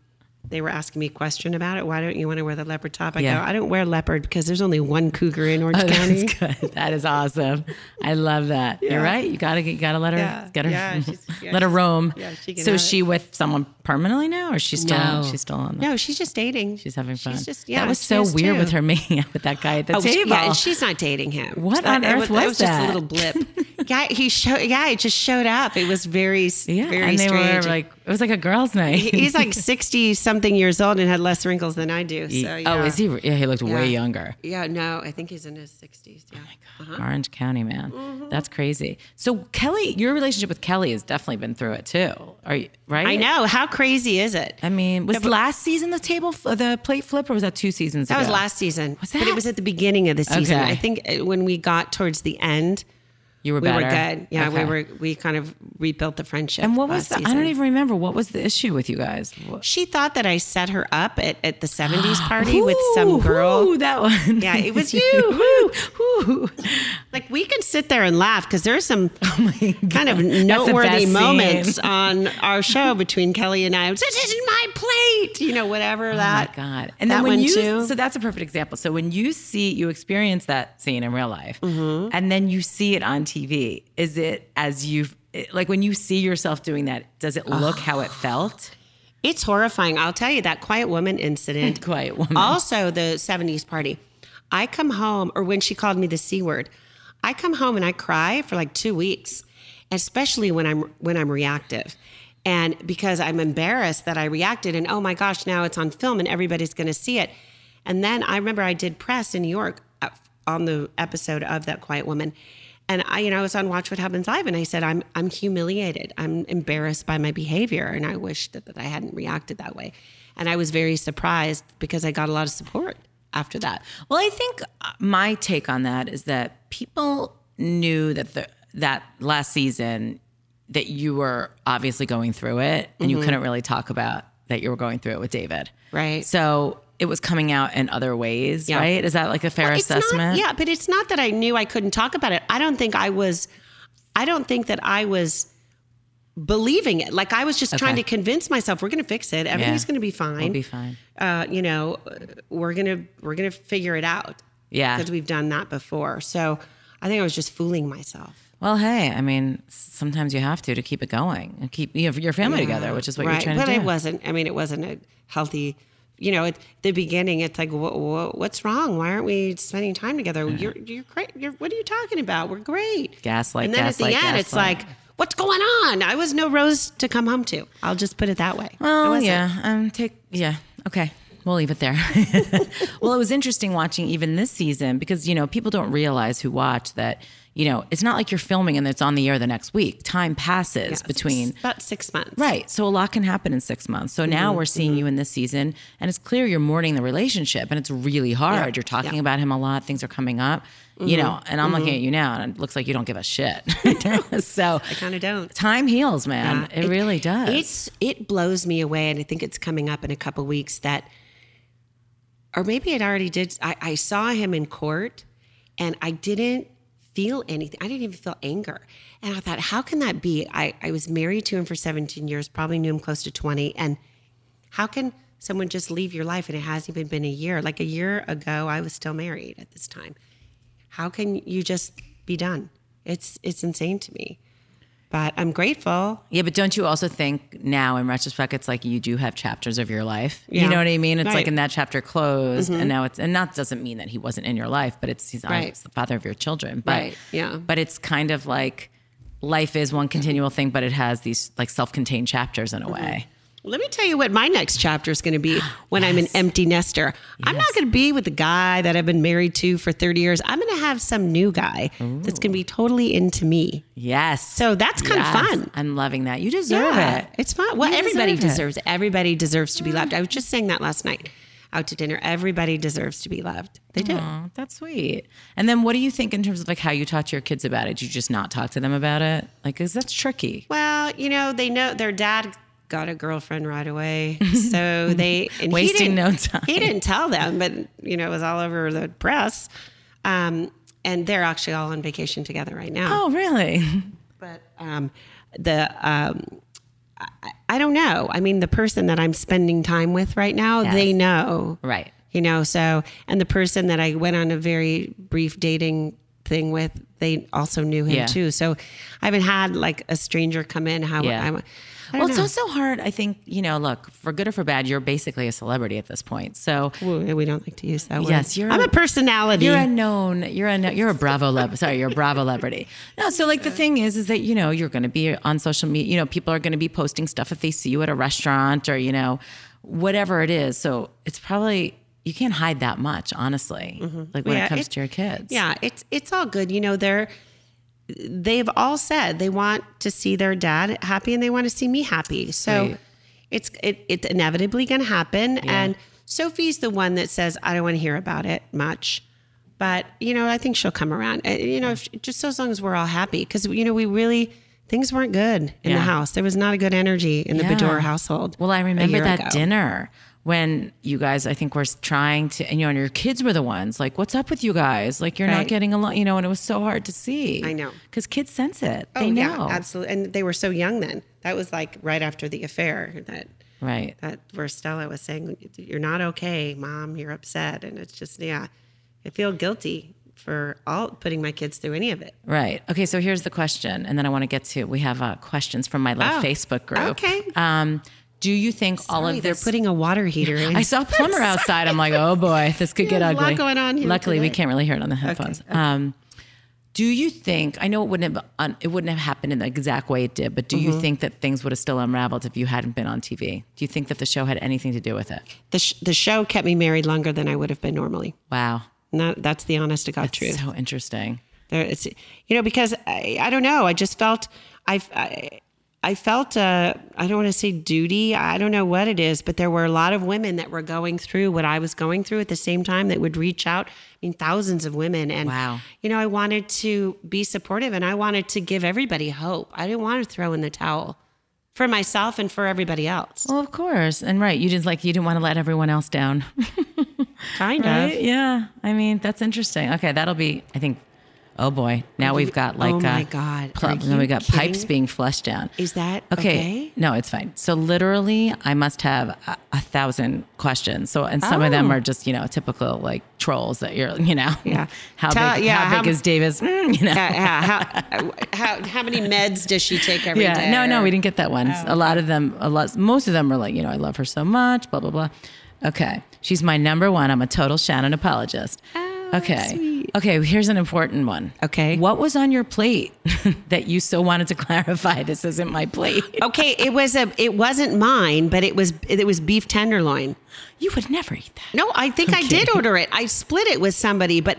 Speaker 2: they were asking me a question about it. Why don't you want to wear the leopard top? I
Speaker 1: Yeah. Oh,
Speaker 2: go, I don't wear leopard because there's only one cougar in Orange County.
Speaker 1: That's good. That is awesome. I love that. You're right. You gotta you gotta let her
Speaker 2: Yeah.
Speaker 1: get her
Speaker 2: Yeah, she's- yeah,
Speaker 1: let her
Speaker 2: she's-
Speaker 1: roam.
Speaker 2: yeah, she can
Speaker 1: so
Speaker 2: have
Speaker 1: is she with someone permanently now, or she's still
Speaker 2: No.
Speaker 1: she's still on?
Speaker 2: No, she's just dating.
Speaker 1: She's having fun.
Speaker 2: just- yeah,
Speaker 1: that was
Speaker 2: she
Speaker 1: so
Speaker 2: is
Speaker 1: weird
Speaker 2: too.
Speaker 1: with her making out with that guy at the
Speaker 2: Oh, she-
Speaker 1: table.
Speaker 2: Yeah, and she's not dating him.
Speaker 1: What on
Speaker 2: it
Speaker 1: earth was
Speaker 2: that? just a
Speaker 1: that?
Speaker 2: little blip. yeah, he showed. Yeah, it just showed up. It was very, s-
Speaker 1: yeah,
Speaker 2: very
Speaker 1: and they
Speaker 2: strange.
Speaker 1: were like it was like a girls' night.
Speaker 2: He's like 60 something years old and had less wrinkles than I do. So, yeah.
Speaker 1: Oh, is he? Yeah, he looked way
Speaker 2: Yeah.
Speaker 1: younger.
Speaker 2: Yeah, no, I think he's in his 60s. Yeah.
Speaker 1: Oh Orange County, man,
Speaker 2: Mm-hmm.
Speaker 1: that's crazy. So Kelly, your relationship with Kelly has definitely been through it too. Are you right?
Speaker 2: I know. How crazy is it?
Speaker 1: I mean, was last season the table, f- the plate flip, or was that two seasons
Speaker 2: That
Speaker 1: ago?
Speaker 2: was last season.
Speaker 1: Was
Speaker 2: But
Speaker 1: that-
Speaker 2: it was at the beginning of the season.
Speaker 1: Okay.
Speaker 2: I think uh, when we got towards the end,
Speaker 1: You were
Speaker 2: we
Speaker 1: better.
Speaker 2: were good. Yeah,
Speaker 1: Okay.
Speaker 2: we were, we kind of rebuilt the friendship.
Speaker 1: And what was
Speaker 2: last
Speaker 1: the? I
Speaker 2: season.
Speaker 1: don't even remember. What was the issue with you guys? What-
Speaker 2: She thought that I set her up at, at the 70s party with some girl.
Speaker 1: Ooh, that one.
Speaker 2: Yeah, it was you.
Speaker 1: Ooh, ooh.
Speaker 2: Like we can sit there and laugh because there's some
Speaker 1: Oh
Speaker 2: kind of noteworthy
Speaker 1: scene.
Speaker 2: moments on our show between Kelly and I. This isn't my plate, you know, whatever
Speaker 1: Oh My
Speaker 2: that.
Speaker 1: God. And
Speaker 2: that
Speaker 1: then when
Speaker 2: one
Speaker 1: you,
Speaker 2: too.
Speaker 1: so that's a perfect example. So when you see, you
Speaker 2: Mm-hmm.
Speaker 1: experience that scene in real life, and then you see it on TV, is it as you've it- like when you see yourself doing that, does it look
Speaker 2: Oh.
Speaker 1: how it felt?
Speaker 2: It's horrifying. I'll tell you that quiet woman incident.
Speaker 1: Quiet woman.
Speaker 2: Oh. Also, the 70s party. I come home, or when she called me the C word, I come home and I cry for like two weeks, especially when I'm when I'm reactive. And because I'm embarrassed that I reacted and oh my gosh, now it's on film and everybody's gonna see it. And then I remember I did press in New York uh, on the episode of that quiet woman. And I, you know, I was on Watch What Happens Live and I said, I'm I'm humiliated. I'm embarrassed by my behavior. And I wish that, that I hadn't reacted that way. And I was very surprised because I got a lot of support after that.
Speaker 1: Well, I think uh, my take on that is that people knew that the that last season that you were obviously going through it and
Speaker 2: Mm-hmm.
Speaker 1: you couldn't really talk about that you were going through it with David.
Speaker 2: Right.
Speaker 1: So it was coming out in other ways, right? Is that like a fair
Speaker 2: It's not-
Speaker 1: assessment?
Speaker 2: yeah, but it's not that I knew I couldn't talk about it. I don't think I was I don't think that I was believing it. Like I was just trying to
Speaker 1: Okay.
Speaker 2: convince myself we're gonna fix it. Everything's gonna be fine.
Speaker 1: It'll be fine.
Speaker 2: uh, you know, we're gonna we're gonna figure it out.
Speaker 1: Yeah.
Speaker 2: because we've done that before. So I think I was just fooling myself.
Speaker 1: Well, hey, I mean, sometimes you have to to keep it going and keep you know, your family together, which is what you're
Speaker 2: right,
Speaker 1: trying
Speaker 2: but
Speaker 1: to do.
Speaker 2: it wasn't. I mean, it wasn't a healthy. You know, at the beginning, it's like, wha wha what's wrong? Why aren't we spending time together?
Speaker 1: Mm-hmm.
Speaker 2: You're you're great. You're, what are you talking about? We're great.
Speaker 1: Gaslight,
Speaker 2: And then at
Speaker 1: gaslight,
Speaker 2: the end, it's
Speaker 1: gaslight.
Speaker 2: like, what's going on? I was no rose to come home to. I'll just put it that way. I
Speaker 1: Well,
Speaker 2: wasn't.
Speaker 1: yeah. Um, take yeah. Okay, we'll leave it there. well, it was interesting watching even this season because you know people don't realize who watch that you know it's not like you're filming and it's on the air the next week. Time passes between.
Speaker 2: about six months.
Speaker 1: Right. So a lot can happen in six months. So
Speaker 2: Mm-hmm.
Speaker 1: now we're seeing you in this season, and it's clear you're mourning the relationship, and it's really hard. You're talking
Speaker 2: yeah.
Speaker 1: about him a lot. Things are coming up, you know.
Speaker 2: Mm-hmm.
Speaker 1: And I'm looking at you now, and it looks like you don't give a shit. so
Speaker 2: I kind of don't.
Speaker 1: time heals, man.
Speaker 2: Yeah.
Speaker 1: it, really does.
Speaker 2: It's it blows me away, and I think it's coming up in a couple weeks that, or maybe it already did. I, I saw him in court, and I didn't feel anything. I didn't even feel anger, and I thought, how can that be? I I was married to him for 17 years, probably knew him close to 20, and how can someone just leave your life and it hasn't even been a year? Like a year ago, I was still married at this time. How can you just be done? It's it's insane to me. But I'm grateful.
Speaker 1: Yeah, but don't you also think now in retrospect, it's like you do have chapters of your life?
Speaker 2: Yeah.
Speaker 1: You know what I mean? It's
Speaker 2: Right. Mm-hmm.
Speaker 1: like in that chapter closed, and now it's and that doesn't mean that he wasn't in your life, but it's he's
Speaker 2: Right.
Speaker 1: it's the father of your children. But
Speaker 2: Right, yeah.
Speaker 1: but it's kind of like life is one continual thing, but it has these like self-contained chapters
Speaker 2: Mm-hmm.
Speaker 1: in a way.
Speaker 2: Let me tell you what my next chapter is going to be when I'm an empty nester. I'm not going to be with the guy that I've been married to for 30 years. I'm going to have some new guy that's going to be totally into me.
Speaker 1: Yes.
Speaker 2: So that's kind
Speaker 1: Yes.
Speaker 2: of fun.
Speaker 1: I'm loving that. You deserve it.
Speaker 2: It's fun. Well,
Speaker 1: You
Speaker 2: everybody
Speaker 1: deserve it.
Speaker 2: deserves. Everybody deserves to be loved. I was just saying that last night out to dinner. Everybody deserves to be loved. They do.
Speaker 1: Aw, that's sweet. And then what do you think in terms of like how you talk to your kids about it? Do you just not talk to them about it? Like, cause that's tricky.
Speaker 2: Well, you know, they know their dad got a girlfriend right away. So they and he
Speaker 1: Wasting
Speaker 2: didn't-
Speaker 1: no time.
Speaker 2: He didn't tell them, but you know, it was all over the press. Um, and they're actually all on vacation together right now.
Speaker 1: Oh, really?
Speaker 2: But um, the um, I, I don't know. I mean, the person that I'm spending time with right now, they know
Speaker 1: right.
Speaker 2: you know so and the person that i went on a very brief dating thing with they also knew him
Speaker 1: Yeah.
Speaker 2: too so i haven't had like a stranger come in how
Speaker 1: Yeah.
Speaker 2: i'm I don't
Speaker 1: Well,
Speaker 2: know.
Speaker 1: it's also hard. I think you know. Look, for good or for bad, you're basically a celebrity at this point. So
Speaker 2: Well, we don't like to use that word.
Speaker 1: Yes, you're-
Speaker 2: I'm a personality.
Speaker 1: you're a known. You're a kno- you're a Bravo leb. Sorry, you're a Bravo celebrity. No, so like the thing is, is that you know you're going to be on social media. You know, people are going to be posting stuff if they see you at a restaurant or you know, whatever it is. So it's probably you can't hide that much, honestly. Like when
Speaker 2: Mm-hmm. Yeah,
Speaker 1: it comes
Speaker 2: it-
Speaker 1: to your kids.
Speaker 2: yeah, it's it's all good. You know, they're they've all said they want to see their dad happy and they want to see me happy. So
Speaker 1: Right.
Speaker 2: it's it, it's inevitably going to happen. And Sophie's the one that says I don't want to hear about it much, but you know I think she'll come around. Uh, You know, if, just as long as we're all happy because you know we really things weren't good in the
Speaker 1: Yeah.
Speaker 2: house. There was not a good energy in the
Speaker 1: Yeah.
Speaker 2: Bador household.
Speaker 1: Well, I
Speaker 2: a
Speaker 1: remember
Speaker 2: year
Speaker 1: that
Speaker 2: ago.
Speaker 1: dinner when you guys, I think, were trying to, and you know, and your kids were the ones like, "What's up with you guys? Like, you're not
Speaker 2: Right.
Speaker 1: getting along," you know. And it was so hard to see.
Speaker 2: I know.
Speaker 1: because kids sense it.
Speaker 2: Oh
Speaker 1: they know,
Speaker 2: yeah, absolutely. And they were so young then. That was like right after the affair that
Speaker 1: right?
Speaker 2: that where Stella was saying, "You're not okay, mom. You're upset," and it's just yeah, I feel guilty for all putting my kids through any of it.
Speaker 1: Right. Okay. So here's the question, and then I want to get to we have uh, questions from my live
Speaker 2: Oh,
Speaker 1: Facebook group.
Speaker 2: okay.
Speaker 1: Um, do you think all
Speaker 2: Sorry,
Speaker 1: of
Speaker 2: they're
Speaker 1: this?
Speaker 2: putting a water heater in.
Speaker 1: I saw a plumber outside. I'm like, oh boy, this could get
Speaker 2: There's a lot
Speaker 1: ugly.
Speaker 2: going on here
Speaker 1: Luckily, we
Speaker 2: today.
Speaker 1: can't really hear it on the headphones. Um, do you think? I know it wouldn't have un, it wouldn't have happened in the exact way it did, but do
Speaker 2: Mm-hmm.
Speaker 1: you think that things would have still unraveled if you hadn't been on TV? Do you think that the show had anything to do with it?
Speaker 2: the, sh- the show kept me married longer than I would have been normally.
Speaker 1: Wow,
Speaker 2: And that, that's the honest to God truth.
Speaker 1: so interesting.
Speaker 2: There, it's you know because I, I don't know. I just felt I've, I I felt uh, I don't want to say duty. I don't know what it is, but there were a lot of women that were going through what I was going through at the same time that would reach out. I mean, thousands of women, and
Speaker 1: Wow.
Speaker 2: you know, I wanted to be supportive and I wanted to give everybody hope. I didn't want to throw in the towel for myself and for everybody else.
Speaker 1: Well, of course, and right, you didn't like you didn't want to let everyone else down.
Speaker 2: kind
Speaker 1: Right? Yeah. I mean, that's interesting. Okay, that'll be. I think. Oh boy, now we've got like.
Speaker 2: oh my
Speaker 1: uh,
Speaker 2: God,
Speaker 1: pl-
Speaker 2: are
Speaker 1: now we
Speaker 2: you
Speaker 1: got pipes
Speaker 2: kidding?
Speaker 1: being flushed down.
Speaker 2: Is that okay?
Speaker 1: No, it's fine. So literally, I must have a, a thousand questions. So, and some of them
Speaker 2: Oh.
Speaker 1: are just you know typical like trolls that you're you know
Speaker 2: Yeah.
Speaker 1: how
Speaker 2: Tell-
Speaker 1: big
Speaker 2: yeah,
Speaker 1: how
Speaker 2: how
Speaker 1: big
Speaker 2: m-
Speaker 1: is Davis Mm, you know
Speaker 2: Uh, how, how how many meds does she take every day?
Speaker 1: yeah no no
Speaker 2: or-
Speaker 1: we didn't get that one a lot of them a lot most of them are like you know I love her so much blah blah blah okay she's my number one I'm a total Shannon apologist okay okay here's an important one
Speaker 2: Okay.
Speaker 1: what was on your plate that you so wanted to clarify this isn't my plate
Speaker 2: Okay, it was a it wasn't mine, but it was it was beef tenderloin.
Speaker 1: you would never eat that
Speaker 2: No, I think I did order it. I split it with somebody, but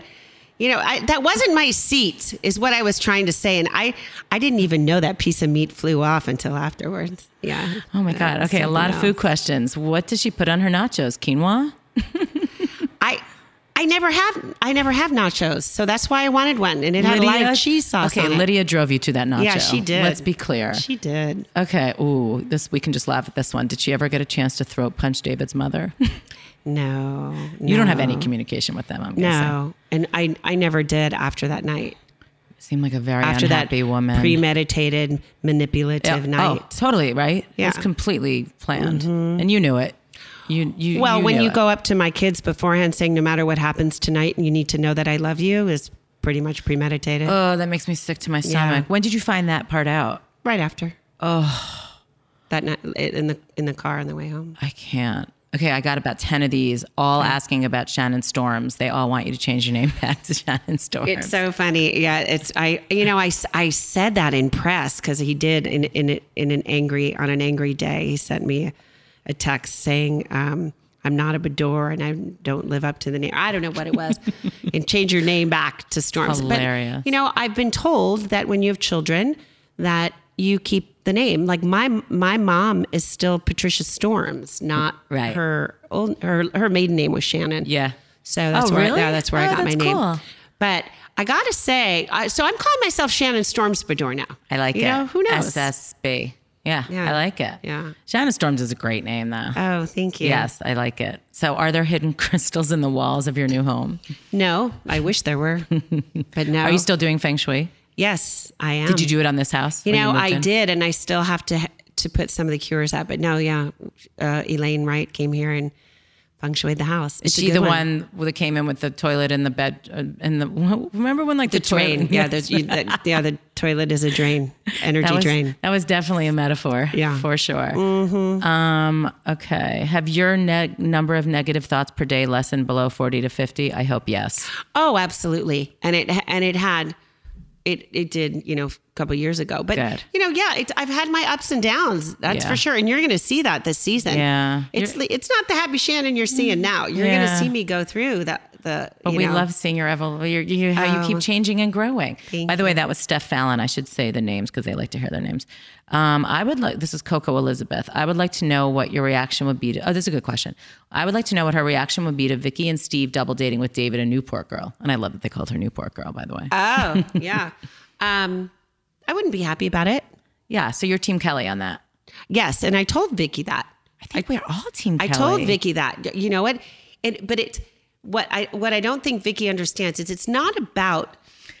Speaker 2: you know, I, that wasn't my seat is what I was trying to say and I I didn't even know that piece of meat flew off until afterwards. Yeah.
Speaker 1: Oh my God. Okay, a lot of food questions. What does she put on her nachos? Quinoa?
Speaker 2: I I never have I never have nachos, so that's why I wanted one and it had a lot of cheese sauce
Speaker 1: Okay,
Speaker 2: on it.
Speaker 1: Lydia drove you to that nacho.
Speaker 2: Yeah, she did.
Speaker 1: Let's be clear.
Speaker 2: She did.
Speaker 1: okay, ooh, this we can just laugh at this one. Did she ever get a chance to throat punch David's mother?
Speaker 2: No.
Speaker 1: you don't have any
Speaker 2: no,
Speaker 1: communication with them, I'm guessing.
Speaker 2: No. And I I never did after that night.
Speaker 1: Seemed like a very
Speaker 2: after
Speaker 1: unhappy
Speaker 2: that
Speaker 1: woman.
Speaker 2: premeditated
Speaker 1: Yeah,
Speaker 2: manipulative
Speaker 1: Oh,
Speaker 2: night
Speaker 1: totally, right? It was
Speaker 2: Yeah. Mm-hmm.
Speaker 1: completely planned. And you knew it. You Oh, you
Speaker 2: well when
Speaker 1: knew
Speaker 2: you
Speaker 1: it.
Speaker 2: go up to my kids beforehand saying no matter what happens tonight you need to know that i love you is pretty much premeditated
Speaker 1: Oh, that makes me sick to my stomach. When did you find that part out?
Speaker 2: right after oh that night in the in the car on the way home
Speaker 1: I can't. Okay, I got about 10 of these, all asking about Shannon Storms. They all want you to change your name back to Shannon Storms.
Speaker 2: it's uh, so funny yeah it's i you know i, s- I said that in press because he did in in in an angry on an angry day he sent me a text saying um I'm not a Bador and I don't live up to the name. I don't know what it was. and change your name back to Storms. But,
Speaker 1: Hilarious.
Speaker 2: you know, I've been told that when you have children that you keep the name. Like my my mom is still Patricia Storms, not
Speaker 1: Right.
Speaker 2: her old her her maiden name was Shannon.
Speaker 1: yeah.
Speaker 2: So that's
Speaker 1: Oh,
Speaker 2: where
Speaker 1: really?
Speaker 2: yeah, that's where
Speaker 1: Oh,
Speaker 2: I got my
Speaker 1: that's
Speaker 2: name.
Speaker 1: cool.
Speaker 2: But I gotta say, I, so I'm calling myself Shannon Storm Spador now.
Speaker 1: I like
Speaker 2: you
Speaker 1: it.
Speaker 2: Know, who knows?
Speaker 1: SSB. Yeah,
Speaker 2: Yeah.
Speaker 1: I like it.
Speaker 2: Yeah.
Speaker 1: Shannon Storms is a great name, though.
Speaker 2: Oh, thank you.
Speaker 1: Yes, I like it. So, are there hidden crystals in the walls of your new home?
Speaker 2: No, I wish there were, but no.
Speaker 1: Are you still doing feng shui?
Speaker 2: yes, I am.
Speaker 1: Did you do it on this house?
Speaker 2: You
Speaker 1: when
Speaker 2: know,
Speaker 1: moved
Speaker 2: I
Speaker 1: in?
Speaker 2: did, and I still have to to put some of the cures out. But no, yeah, uh, Elaine Wright came here and feng shuied the house. It's a
Speaker 1: She
Speaker 2: good
Speaker 1: the one that came in with the toilet and the bed uh, and the remember when like the,
Speaker 2: drain.
Speaker 1: toilet?
Speaker 2: Yeah, there's, you, the, yeah, the toilet is a drain, energy
Speaker 1: that was,
Speaker 2: drain.
Speaker 1: That was definitely a metaphor.
Speaker 2: Yeah. Mm-hmm.
Speaker 1: For sure. Um, okay. Have your ne- number of negative thoughts per day lessened below 40 to 50? I hope yes.
Speaker 2: Oh, absolutely. And it and it had it it did, you know, a couple years ago. But
Speaker 1: Good.
Speaker 2: you know, yeah, it, I've had my ups and downs. That's
Speaker 1: Yeah.
Speaker 2: for sure. And you're going to see that this season.
Speaker 1: Yeah. Mm.
Speaker 2: It's the it's not the happy Shannon you're seeing now. You're going
Speaker 1: Yeah.
Speaker 2: to see me go through that the
Speaker 1: But
Speaker 2: you
Speaker 1: we
Speaker 2: know. Oh.
Speaker 1: love seeing your evolution, your, you how you keep changing and growing. By the way, that was Steph Fallon. I should say the names because they like to hear their names. Um, I would like, this is Coco Elizabeth. I would like to know what your reaction would be to, oh, this is a good question. I would like to know what her reaction would be to Vicky and Steve double dating with David, a Newport girl. And I love that they called her Newport girl, by the way.
Speaker 2: Oh, yeah. um I wouldn't be happy about it.
Speaker 1: yeah. So you're Team Kelly on that.
Speaker 2: Yes, and I told Vicky that.
Speaker 1: I think we're all Team
Speaker 2: I
Speaker 1: Kelly.
Speaker 2: told Vicky that. You know what? It, but it's what I what I don't think Vicky understands is it's not about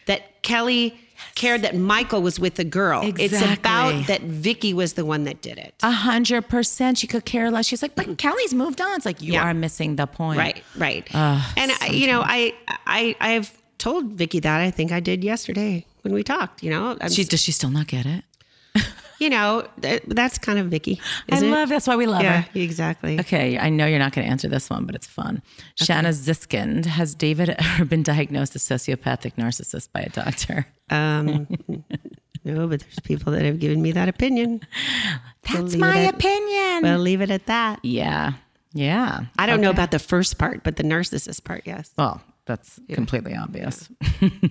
Speaker 2: that Kelly cared that Michael was with a girl. It's
Speaker 1: Exactly. Uh,
Speaker 2: about that Vicky was the one that did it.
Speaker 1: A hundred percent. She could care less. She's like, but Kelly's moved on. It's like you
Speaker 2: Yeah.
Speaker 1: are missing the point.
Speaker 2: right, right. and I, you know, I I I've told Vicky that. I think I did yesterday when we talked. You know, I'm,
Speaker 1: She does she still not get it?
Speaker 2: you know, th- that's kind of Vicky.
Speaker 1: I
Speaker 2: Isn't it?
Speaker 1: love that's why we love
Speaker 2: Yeah,
Speaker 1: her.
Speaker 2: exactly.
Speaker 1: Okay, I know you're not going to answer this one, but it's fun. Shanna Ziskind, has David ever been diagnosed as sociopathic narcissist by a doctor?
Speaker 2: Um, no, but there's people that have given me that opinion.
Speaker 1: That's
Speaker 2: leave
Speaker 1: my
Speaker 2: it-
Speaker 1: opinion.
Speaker 2: We'll leave it at that.
Speaker 1: yeah. Yeah.
Speaker 2: I don't know about the first part, but the narcissist part, yes.
Speaker 1: Well, that's completely obvious.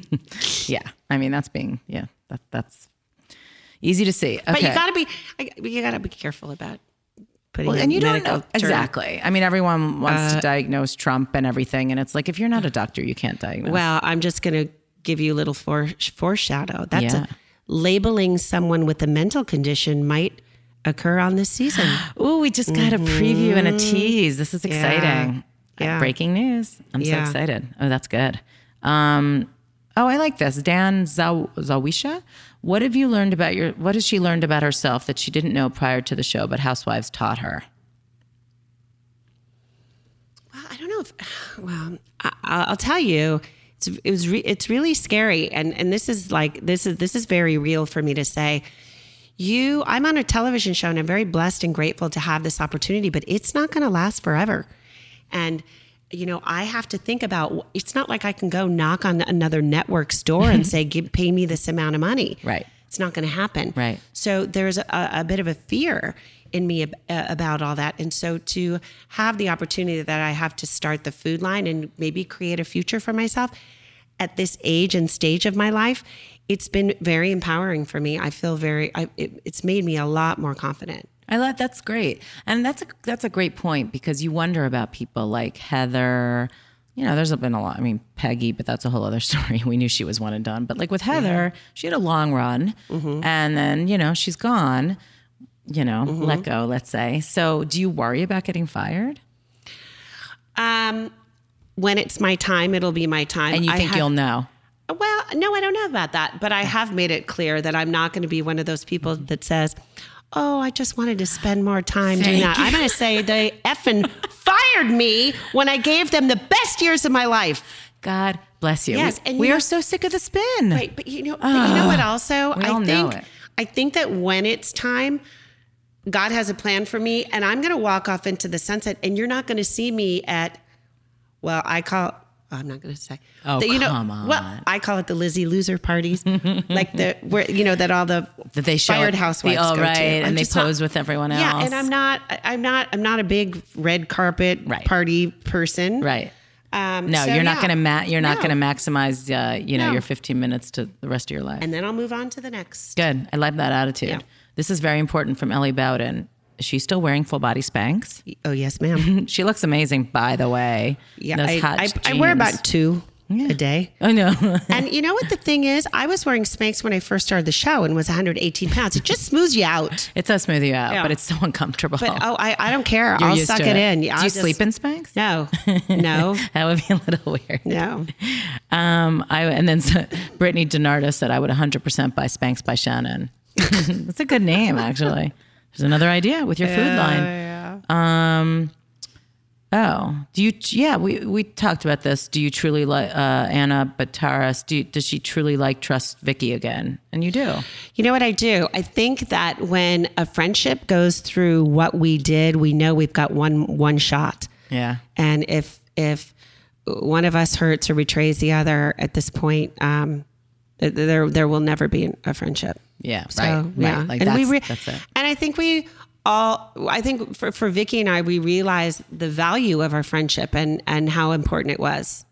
Speaker 1: yeah. I mean, that's being, yeah, that, that's easy to see. Okay.
Speaker 2: But you got to be, I- you got to be careful about putting.
Speaker 1: Well,
Speaker 2: in
Speaker 1: and Uh, you don't
Speaker 2: medical
Speaker 1: know
Speaker 2: term.
Speaker 1: exactly. I mean, everyone wants to diagnose Trump and everything, and it's like if you're not a doctor, you can't diagnose.
Speaker 2: Well, I'm just going to give you a little fore, foreshadow. That's
Speaker 1: Yeah.
Speaker 2: a, labeling someone with a mental condition might occur on this season.
Speaker 1: Ooh, we just got a preview and a tease. This is exciting. Uh,
Speaker 2: Yeah.
Speaker 1: Breaking news. I'm
Speaker 2: Yeah.
Speaker 1: so excited. Oh, that's good. Um, oh, I like this. Dan Zaw- Zawisha. What have you learned about your, what has she learned about herself that she didn't know prior to the show, but Housewives taught her?
Speaker 2: Well, I don't know if. Well, I, I'll I'll tell you, it's it was re, it's really scary, and and this is like this is this is very real for me to say. You, I'm on a television show, and I'm very blessed and grateful to have this opportunity, but it's not going to last forever, and. You know, I have to think about. It's not like I can go knock on another network's door and say, Give, "Pay me this amount of money."
Speaker 1: Right.
Speaker 2: It's not going to happen.
Speaker 1: Right.
Speaker 2: So there's a, a bit of a fear in me ab- uh, about all that. And so to have the opportunity that I have to start the food line and maybe create a future for myself at this age and stage of my life, it's been very empowering for me. I feel very, I, it, it's made me a lot more confident.
Speaker 1: I love that's great, and that's a that's a great point because you wonder about people like Heather. You know, there's been a lot. I mean, Peggy, but that's a whole other story. We knew she was one and done, but like with Heather, she had a long run,
Speaker 2: Mm-hmm.
Speaker 1: and then you know she's gone. You know, let go. Let's say. So, do you worry about getting fired?
Speaker 2: Um, when it's my time, it'll be my time.
Speaker 1: And you
Speaker 2: I
Speaker 1: think
Speaker 2: have-
Speaker 1: you'll know?
Speaker 2: Well, no, I don't know about that, but I have made it clear that I'm not going to be one of those people that says, "Oh, I just wanted to spend more time doing that." I'm going to say they effing fired me when I gave them the best years of my life.
Speaker 1: God bless you.
Speaker 2: Yes,
Speaker 1: we,
Speaker 2: and
Speaker 1: we
Speaker 2: you
Speaker 1: are
Speaker 2: know-
Speaker 1: so sick of the spin.
Speaker 2: Right, but you know, you know what? Also,
Speaker 1: Ah, all
Speaker 2: I
Speaker 1: know
Speaker 2: think
Speaker 1: it.
Speaker 2: I think that when it's time, God has a plan for me, and I'm going to walk off into the sunset, and you're not going to see me at. Well, I call. I'm not going to say.
Speaker 1: Oh,
Speaker 2: That, you know,
Speaker 1: come
Speaker 2: Well,
Speaker 1: on.
Speaker 2: I call it the Lizzie loser parties, like the where you know that all the
Speaker 1: That they show
Speaker 2: fired
Speaker 1: the-
Speaker 2: housewives
Speaker 1: all
Speaker 2: go
Speaker 1: right,
Speaker 2: to. I'm
Speaker 1: and they
Speaker 2: just not-
Speaker 1: pose with everyone else.
Speaker 2: yeah, and I'm not. I- I'm not. I'm not a big red carpet
Speaker 1: Right.
Speaker 2: party person.
Speaker 1: right.
Speaker 2: Um,
Speaker 1: No,
Speaker 2: so,
Speaker 1: you're not
Speaker 2: yeah.
Speaker 1: gonna ma- you're not
Speaker 2: No.
Speaker 1: gonna maximize uh, you know
Speaker 2: No.
Speaker 1: your 15 minutes to the rest of your life.
Speaker 2: And then I'll move on to the next.
Speaker 1: Good, I love that attitude.
Speaker 2: Yeah.
Speaker 1: This is very important from Ellie Bowden. Is she still wearing full body Spanx? Mm,
Speaker 2: Oh yes, ma'am.
Speaker 1: She looks amazing, by the way.
Speaker 2: Yeah,
Speaker 1: Those
Speaker 2: I,
Speaker 1: hot
Speaker 2: I, I wear
Speaker 1: jeans.
Speaker 2: about two a day.
Speaker 1: I know.
Speaker 2: And you know what the thing is? I was wearing Spanx when I first started the show and was 118 pounds. It just smooths you out.
Speaker 1: it does smooth you out,
Speaker 2: Yeah.
Speaker 1: but it's so uncomfortable.
Speaker 2: But oh, I, I don't care.
Speaker 1: You're
Speaker 2: I'll
Speaker 1: used
Speaker 2: suck
Speaker 1: to
Speaker 2: it, in.
Speaker 1: Do you
Speaker 2: I'll just-
Speaker 1: sleep in Spanx?
Speaker 2: No, no,
Speaker 1: That would be a little weird.
Speaker 2: no.
Speaker 1: Um, I and then so, Brittany Donardo said I would 100% buy Spanx by Shannon. That's a good name, actually. There's another idea with your
Speaker 2: Uh,
Speaker 1: food line. Um, oh, do you? Yeah, we we talked about this. Do you truly like uh, Anna Bataras? Do you, does she truly like trust Vicky again? And you do.
Speaker 2: You know what I do? I think that when a friendship goes through what we did, we know we've got one one shot.
Speaker 1: Yeah.
Speaker 2: And if if one of us hurts or betrays the other at this point, um, th- there there will never be a friendship.
Speaker 1: Yeah.
Speaker 2: So,
Speaker 1: right.
Speaker 2: yeah.
Speaker 1: Right. Like
Speaker 2: and
Speaker 1: that's,
Speaker 2: we re-
Speaker 1: that's it.
Speaker 2: And I think we all, I think for, for Vicky and I, we realized the value of our friendship and, and how important it was.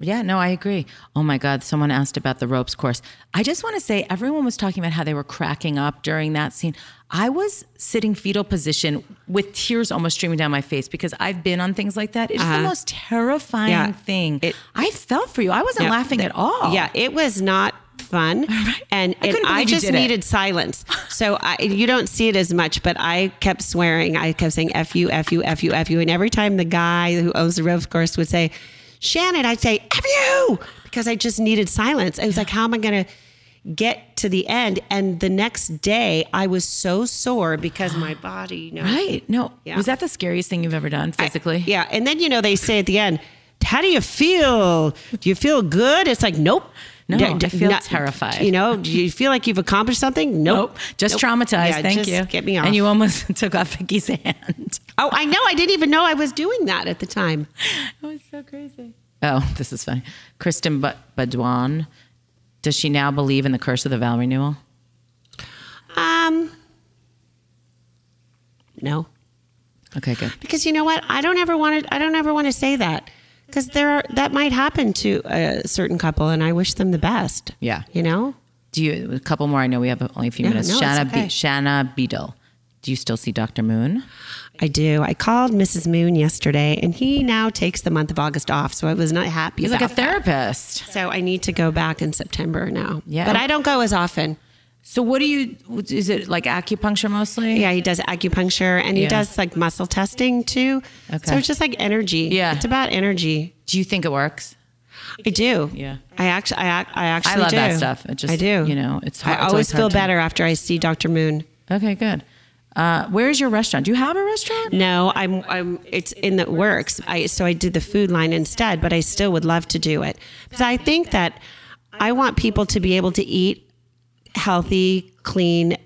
Speaker 1: Yeah, no, I agree. Oh my God, someone asked about the ropes course. I just want to say everyone was talking about how they were cracking up during that scene. I was sitting fetal position with tears almost streaming down my face because I've been on things like that. It's the most terrifying
Speaker 2: Yeah.
Speaker 1: thing.
Speaker 2: It-
Speaker 1: I felt for you. I wasn't
Speaker 2: Yeah.
Speaker 1: laughing at all.
Speaker 2: Yeah, it was not fun. And,
Speaker 1: Oh. I
Speaker 2: and
Speaker 1: couldn't
Speaker 2: I
Speaker 1: believe you
Speaker 2: just
Speaker 1: did it.
Speaker 2: needed silence. So I, you don't see it as much, but I kept swearing. I kept saying F you, F you, F you, F you. And every time the guy who owns the ropes course would say, Shannon, I'd say F you because I just needed silence. I was like, how am I going to get to the end? And the next day I was so sore because my body, you know,
Speaker 1: Right. No.
Speaker 2: Yeah.
Speaker 1: Was that the scariest thing you've ever done physically?
Speaker 2: yeah. And then, you know, they say at the end, how do you feel? Do you feel good? It's like, nope.
Speaker 1: No,
Speaker 2: D-
Speaker 1: I
Speaker 2: d-
Speaker 1: feel
Speaker 2: not-
Speaker 1: terrified.
Speaker 2: You know, do you feel like you've accomplished something? Nope.
Speaker 1: Nope. Just traumatized.
Speaker 2: Yeah,
Speaker 1: Thank
Speaker 2: just
Speaker 1: you.
Speaker 2: Get me off.
Speaker 1: And you almost took off Vicky's hand.
Speaker 2: oh, I know. I didn't even know I was doing that at the time.
Speaker 1: That was so crazy. Oh, this is funny. Kristen B- Badwan, does she now believe in the curse of the vow renewal?
Speaker 2: Um, no.
Speaker 1: Okay, good.
Speaker 2: because you know what i don't ever want to i don't ever want to say that because there are, that might happen to a certain couple and i wish them the best
Speaker 1: Yeah.
Speaker 2: you know
Speaker 1: Do you, a couple more? I know we have only a few
Speaker 2: No,
Speaker 1: minutes.
Speaker 2: no, it's
Speaker 1: Shanna,
Speaker 2: okay.
Speaker 1: Be- Shanna Beadle, do you still see Dr. Moon?
Speaker 2: i do i called mrs moon yesterday and he now takes the month of august off so i was not happy
Speaker 1: He's like a
Speaker 2: about that.
Speaker 1: therapist.
Speaker 2: so i need to go back in september now
Speaker 1: Yeah.
Speaker 2: but i don't go as often
Speaker 1: So, what do you, is it like acupuncture mostly?
Speaker 2: yeah he does acupuncture and he
Speaker 1: Yeah.
Speaker 2: does like muscle testing too
Speaker 1: Okay.
Speaker 2: so it's just like energy
Speaker 1: Yeah.
Speaker 2: it's about energy
Speaker 1: Do you think it works?
Speaker 2: I do.
Speaker 1: Yeah.
Speaker 2: I actually, I, ac- I actually,
Speaker 1: I love
Speaker 2: do.
Speaker 1: that stuff. It just-
Speaker 2: I do.
Speaker 1: you know, it's hard-
Speaker 2: I
Speaker 1: it's
Speaker 2: always
Speaker 1: always
Speaker 2: feel
Speaker 1: hard to-
Speaker 2: better after I see Dr. Moon.
Speaker 1: Okay, good. Uh, where is your restaurant? Do you have a restaurant?
Speaker 2: No, I'm, I'm. It's in the works. I so I did the food line instead, but I still would love to do it because I think that I want people to be able to eat healthy, clean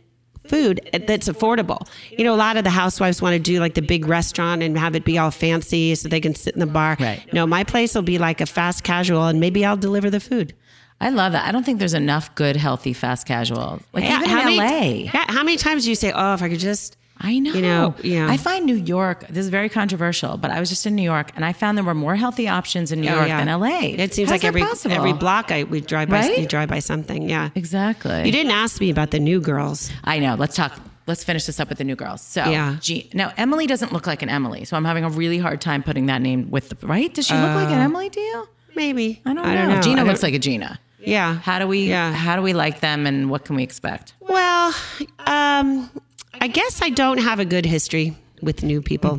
Speaker 2: food that's affordable. You know, a lot of the housewives want to do like the big restaurant and have it be all fancy so they can sit in the bar.
Speaker 1: Right.
Speaker 2: No, my place will be like a fast casual, and maybe I'll deliver the food.
Speaker 1: I love that. I don't think there's enough good, healthy, fast casual. Like
Speaker 2: Yeah,
Speaker 1: even
Speaker 2: how
Speaker 1: in LA.
Speaker 2: Many, yeah, how many times do you say, "Oh, if I could just"?
Speaker 1: I know.
Speaker 2: You know, yeah.
Speaker 1: I find New York, this is very controversial, but I was just in New York and I found there were more healthy options in New
Speaker 2: Oh,
Speaker 1: York
Speaker 2: yeah.
Speaker 1: than LA.
Speaker 2: It seems
Speaker 1: How's
Speaker 2: like
Speaker 1: that
Speaker 2: every
Speaker 1: possible?
Speaker 2: every block I we drive by,
Speaker 1: Right?
Speaker 2: you drive by something. Yeah,
Speaker 1: Exactly.
Speaker 2: You didn't ask me about the new girls.
Speaker 1: I know. Let's talk. Let's finish this up with the new girls. So,
Speaker 2: Yeah.
Speaker 1: Jean, now Emily doesn't look like an Emily, so I'm having a really hard time putting that name with the right. Does she look like an Emily? Do you?
Speaker 2: Maybe
Speaker 1: I don't, know.
Speaker 2: Uh, I
Speaker 1: Gina
Speaker 2: don't-
Speaker 1: looks like a Gina.
Speaker 2: yeah.
Speaker 1: How do we?
Speaker 2: Yeah.
Speaker 1: How do we like them, and what can we expect?
Speaker 2: Well, um, I guess I don't have a good history with new people,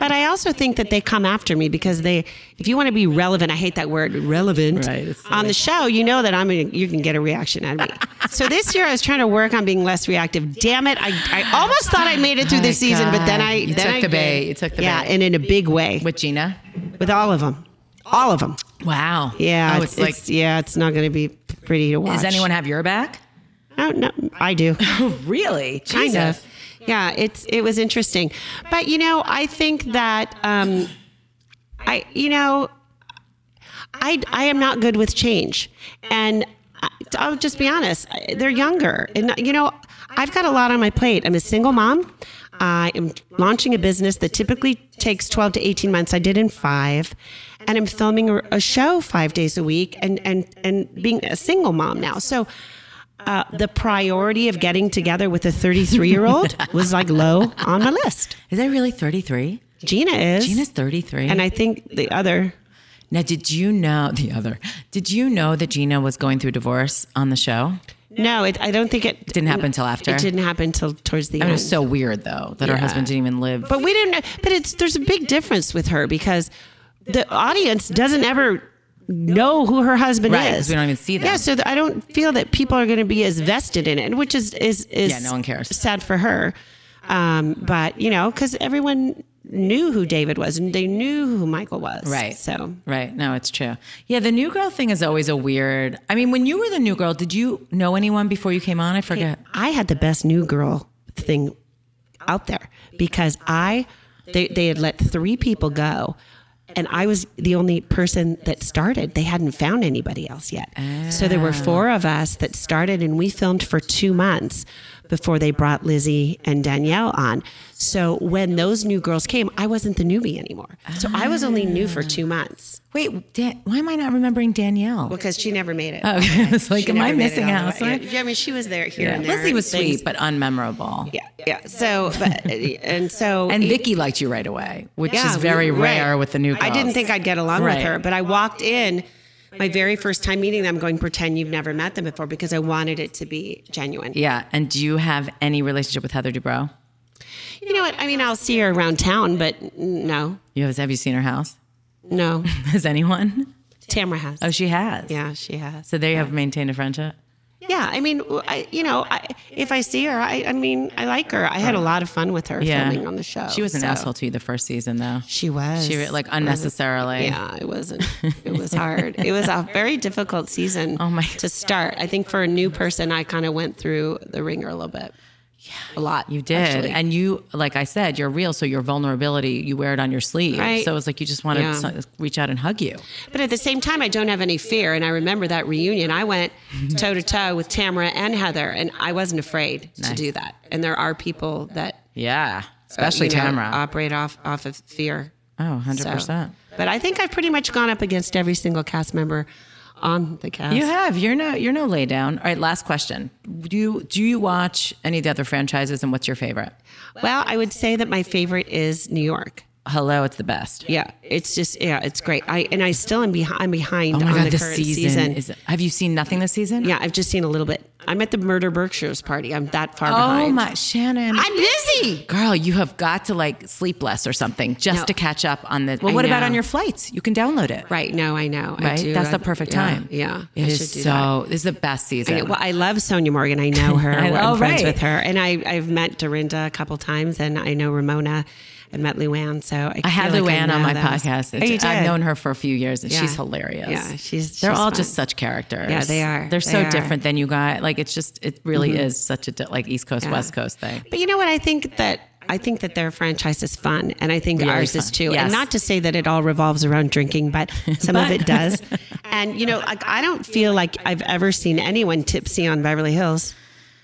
Speaker 2: but I also think that they come after me because they. If you want to be relevant, I hate that word, relevant.
Speaker 1: Right, it's
Speaker 2: On the show, you know that I'm. Gonna, you can get a reaction out of me. so this year, I was trying to work on being less reactive. Damn it! I, I almost thought I made it through
Speaker 1: My
Speaker 2: this season, but then
Speaker 1: God.
Speaker 2: I
Speaker 1: You
Speaker 2: then
Speaker 1: took
Speaker 2: I
Speaker 1: the bait.
Speaker 2: did.
Speaker 1: You took the
Speaker 2: yeah,
Speaker 1: bait.
Speaker 2: and in a big way with,
Speaker 1: With Gina?
Speaker 2: all of them, all of them.
Speaker 1: Wow.
Speaker 2: Yeah,
Speaker 1: Oh, it's, like.
Speaker 2: yeah, it's not going to be pretty to watch.
Speaker 1: does anyone have your back?
Speaker 2: I don't know. I do.
Speaker 1: Really?
Speaker 2: kind
Speaker 1: Jesus.
Speaker 2: of. Yeah, it's it was interesting, but you know, I think that um, I you know, I I am not good with change, and I, I'll just be honest. They're younger, and you know, I've got a lot on my plate. I'm a single mom. I am launching a business that typically takes 12 to 18 months. I did in five, and I'm filming a- a show five days a week, and and and being a single mom now. So uh, the priority of getting together with a 33 year old was like low on my list.
Speaker 1: Is that really 33?
Speaker 2: Gina is.
Speaker 1: Gina's 33.
Speaker 2: and I think the other.
Speaker 1: now, did you know the other? Did you know that Gina was going through divorce on the show?
Speaker 2: No, it, I don't think it
Speaker 1: Didn't happen till after.
Speaker 2: It didn't happen till towards the
Speaker 1: I mean,
Speaker 2: end.
Speaker 1: it was so weird though that her
Speaker 2: Oh. Yeah.
Speaker 1: husband didn't even live.
Speaker 2: but we didn't. know- But it's there's a big difference with her because the audience doesn't ever know who her husband
Speaker 1: Right, 'cause
Speaker 2: is.
Speaker 1: we don't even see them.
Speaker 2: Yeah, so th- I don't feel that people are going to be as vested in it, which is is is
Speaker 1: Yeah, no one cares.
Speaker 2: Sad for her, um, but you know, because everyone knew who David was and they knew who Michael was.
Speaker 1: Right.
Speaker 2: So
Speaker 1: Right. No, it's true. Yeah, the new girl thing is always a weird. I mean, when you were the new girl, did you know anyone before you came on? I forget.
Speaker 2: I had the best new girl thing out there because I they, they had let three people go and I was the only person that started. They hadn't found anybody else yet. So there were four of us that started and we filmed for 2 months before they brought Lizzie and Danielle on. So when those new girls came, I wasn't the newbie anymore. So I was only new for 2 months
Speaker 1: Wait, Dan, why am I not remembering Danielle?
Speaker 2: because she never made it.
Speaker 1: Okay, it's Oh, like,
Speaker 2: She
Speaker 1: am I
Speaker 2: never made it
Speaker 1: missing
Speaker 2: all the
Speaker 1: out?
Speaker 2: way. Yeah, I mean she was there here
Speaker 1: Yeah.
Speaker 2: and there.
Speaker 1: Leslie was
Speaker 2: Things-
Speaker 1: sweet but unmemorable.
Speaker 2: Yeah, yeah. So, but, uh, and so,
Speaker 1: And Vicky liked you right away, which
Speaker 2: yeah,
Speaker 1: is very
Speaker 2: we- right.
Speaker 1: rare with the new girls.
Speaker 2: I didn't think I'd get along
Speaker 1: Right.
Speaker 2: with her, but I walked in my very first time meeting them, going pretend you've never met them before because I wanted it to be genuine.
Speaker 1: Yeah. And do you have any relationship with Heather Dubrow?
Speaker 2: You know what? I mean, I'll see her around town, but no,
Speaker 1: You have, have you seen her house?
Speaker 2: no.
Speaker 1: Has anyone?
Speaker 2: Tamara has.
Speaker 1: Oh, she has.
Speaker 2: yeah, she has.
Speaker 1: So there you have maintained a friendship.
Speaker 2: Yeah, I mean, w- I, you know, I, if I see her, I, I mean, I like her. I had a lot of fun with her
Speaker 1: Yeah.
Speaker 2: filming on the show.
Speaker 1: She was an
Speaker 2: so-
Speaker 1: asshole to you the first season, though.
Speaker 2: She was.
Speaker 1: Oh, She like unnecessarily.
Speaker 2: Yeah, it wasn't. It was hard. it was a very difficult season.
Speaker 1: Oh my-
Speaker 2: To start, I think for a new person, I kind of went through the ringer a little bit. Yeah, a lot.
Speaker 1: You did.
Speaker 2: actually.
Speaker 1: And you, like I said, you're real. So your vulnerability, you wear it on your sleeve.
Speaker 2: Right.
Speaker 1: So it's like you just want to
Speaker 2: Yeah.
Speaker 1: reach out and hug you.
Speaker 2: But at the same time, I don't have any fear. And I remember that reunion. I went toe to toe with Tamara and Heather, and I wasn't afraid to
Speaker 1: Nice.
Speaker 2: do that. And there are people that uh,
Speaker 1: Yeah. Especially
Speaker 2: you know, uh,
Speaker 1: Tamara.
Speaker 2: operate off off of fear.
Speaker 1: Oh,
Speaker 2: So-
Speaker 1: 100%.
Speaker 2: But I think I've pretty much gone up against every single cast member on the cast.
Speaker 1: You have. You're no you're no lay down. All right, last question. Do you do you watch any of the other franchises and what's your favorite?
Speaker 2: Well, I would say that my favorite is New York.
Speaker 1: Hello, it's the best.
Speaker 2: Yeah, it's just yeah, it's great. I and I still am behind. I'm behind
Speaker 1: Oh my
Speaker 2: on
Speaker 1: god,
Speaker 2: the
Speaker 1: this
Speaker 2: current
Speaker 1: season, is have you seen nothing this season?
Speaker 2: yeah, I've just seen a little bit. I'm at the Murder Berkshires party. I'm that far
Speaker 1: Oh
Speaker 2: behind.
Speaker 1: my Shannon.
Speaker 2: I'm busy.
Speaker 1: Girl, you have got to like sleep less or something just
Speaker 2: No.
Speaker 1: to catch up on this. Well,
Speaker 2: I
Speaker 1: what about
Speaker 2: know.
Speaker 1: on your flights? You can download it.
Speaker 2: Right? No, I know. I
Speaker 1: Right?
Speaker 2: do.
Speaker 1: That's
Speaker 2: I-
Speaker 1: the perfect
Speaker 2: yeah,
Speaker 1: time.
Speaker 2: Yeah,
Speaker 1: It
Speaker 2: I
Speaker 1: is
Speaker 2: should do that.
Speaker 1: so this is the best season.
Speaker 2: Yeah, Well, I love Sonia Morgan. I know her.
Speaker 1: I-
Speaker 2: We're
Speaker 1: oh,
Speaker 2: I'm friends
Speaker 1: right.
Speaker 2: with her, and I, I've met Dorinda a couple times, and I know Ramona. I met Luann, so I,
Speaker 1: I had
Speaker 2: feel like
Speaker 1: Luann
Speaker 2: know
Speaker 1: on my
Speaker 2: those.
Speaker 1: podcast.
Speaker 2: Oh, you
Speaker 1: It's- I've
Speaker 2: did?
Speaker 1: known her for a few years, and
Speaker 2: Yeah.
Speaker 1: she's hilarious.
Speaker 2: Yeah, she's-
Speaker 1: They're
Speaker 2: she's
Speaker 1: all
Speaker 2: fun.
Speaker 1: just such characters.
Speaker 2: Yeah, they are.
Speaker 1: They're so
Speaker 2: They are. Mm-hmm.
Speaker 1: different than you guys. Like it's just it really is such a di- like East Coast West Coast thing.
Speaker 2: But you know what? I think that I think that their franchise is fun, and I think ours is
Speaker 1: fun.
Speaker 2: too.
Speaker 1: Yes.
Speaker 2: And not to say that it all revolves around drinking, but some of it does. And you know, like I don't feel like I've ever seen anyone tipsy on Beverly Hills.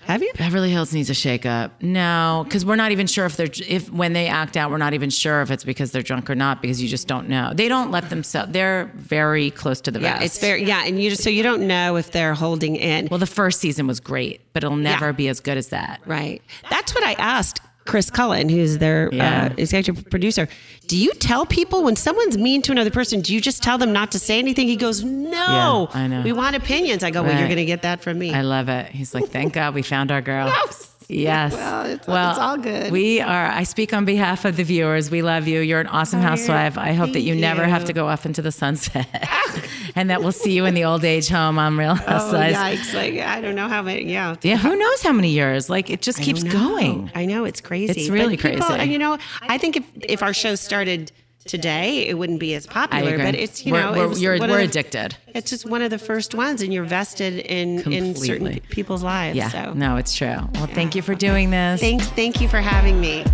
Speaker 2: Have you?
Speaker 1: Beverly Hills needs a shakeup. No, because we're not even sure if they're if when they act out, we're not even sure if it's because they're drunk or not because you just don't know. They don't let themselves. They're very close to the
Speaker 2: Yeah,
Speaker 1: vest.
Speaker 2: it's very yeah, and you just so you don't know if they're holding in.
Speaker 1: well. The first season was great, but it'll never be as good as that.
Speaker 2: Right. That's what I asked Chris Cullen, who's their
Speaker 1: Yeah.
Speaker 2: uh, executive producer. Do you tell people when someone's mean to another person, do you just tell them not to say anything? He goes, No,
Speaker 1: Yeah, I know.
Speaker 2: we want opinions. I go, Well,
Speaker 1: Right.
Speaker 2: you're going to get that from me.
Speaker 1: I love it. He's like, thank God we found our girl.
Speaker 2: Yes.
Speaker 1: Yes.
Speaker 2: Well, it's- it's all good.
Speaker 1: We are. I speak on behalf of the viewers. We love you. You're an awesome housewife. I hope that
Speaker 2: Thank
Speaker 1: you, never have
Speaker 2: you. Ah.
Speaker 1: to go off into the sunset, and that we'll see you in the old age home on Real
Speaker 2: oh,
Speaker 1: Housewives.
Speaker 2: yikes. Like, I don't know how many. Yeah.
Speaker 1: yeah. Who knows how many years? Like it just keeps
Speaker 2: I know.
Speaker 1: going.
Speaker 2: I know. It's crazy.
Speaker 1: It's really
Speaker 2: But people-
Speaker 1: crazy.
Speaker 2: And you know, I think if, if our show started today, it wouldn't be as
Speaker 1: I
Speaker 2: popular,
Speaker 1: agree.
Speaker 2: but it's, you
Speaker 1: We're-
Speaker 2: know,
Speaker 1: we're,
Speaker 2: it's
Speaker 1: you're-
Speaker 2: one
Speaker 1: we're
Speaker 2: of the-
Speaker 1: addicted.
Speaker 2: It's just one of the first ones, and you're vested in, in certain
Speaker 1: Completely.
Speaker 2: people's lives.
Speaker 1: Yeah.
Speaker 2: So.
Speaker 1: No, it's true. Well, thank you for doing this.
Speaker 2: Thanks, thank you for having me.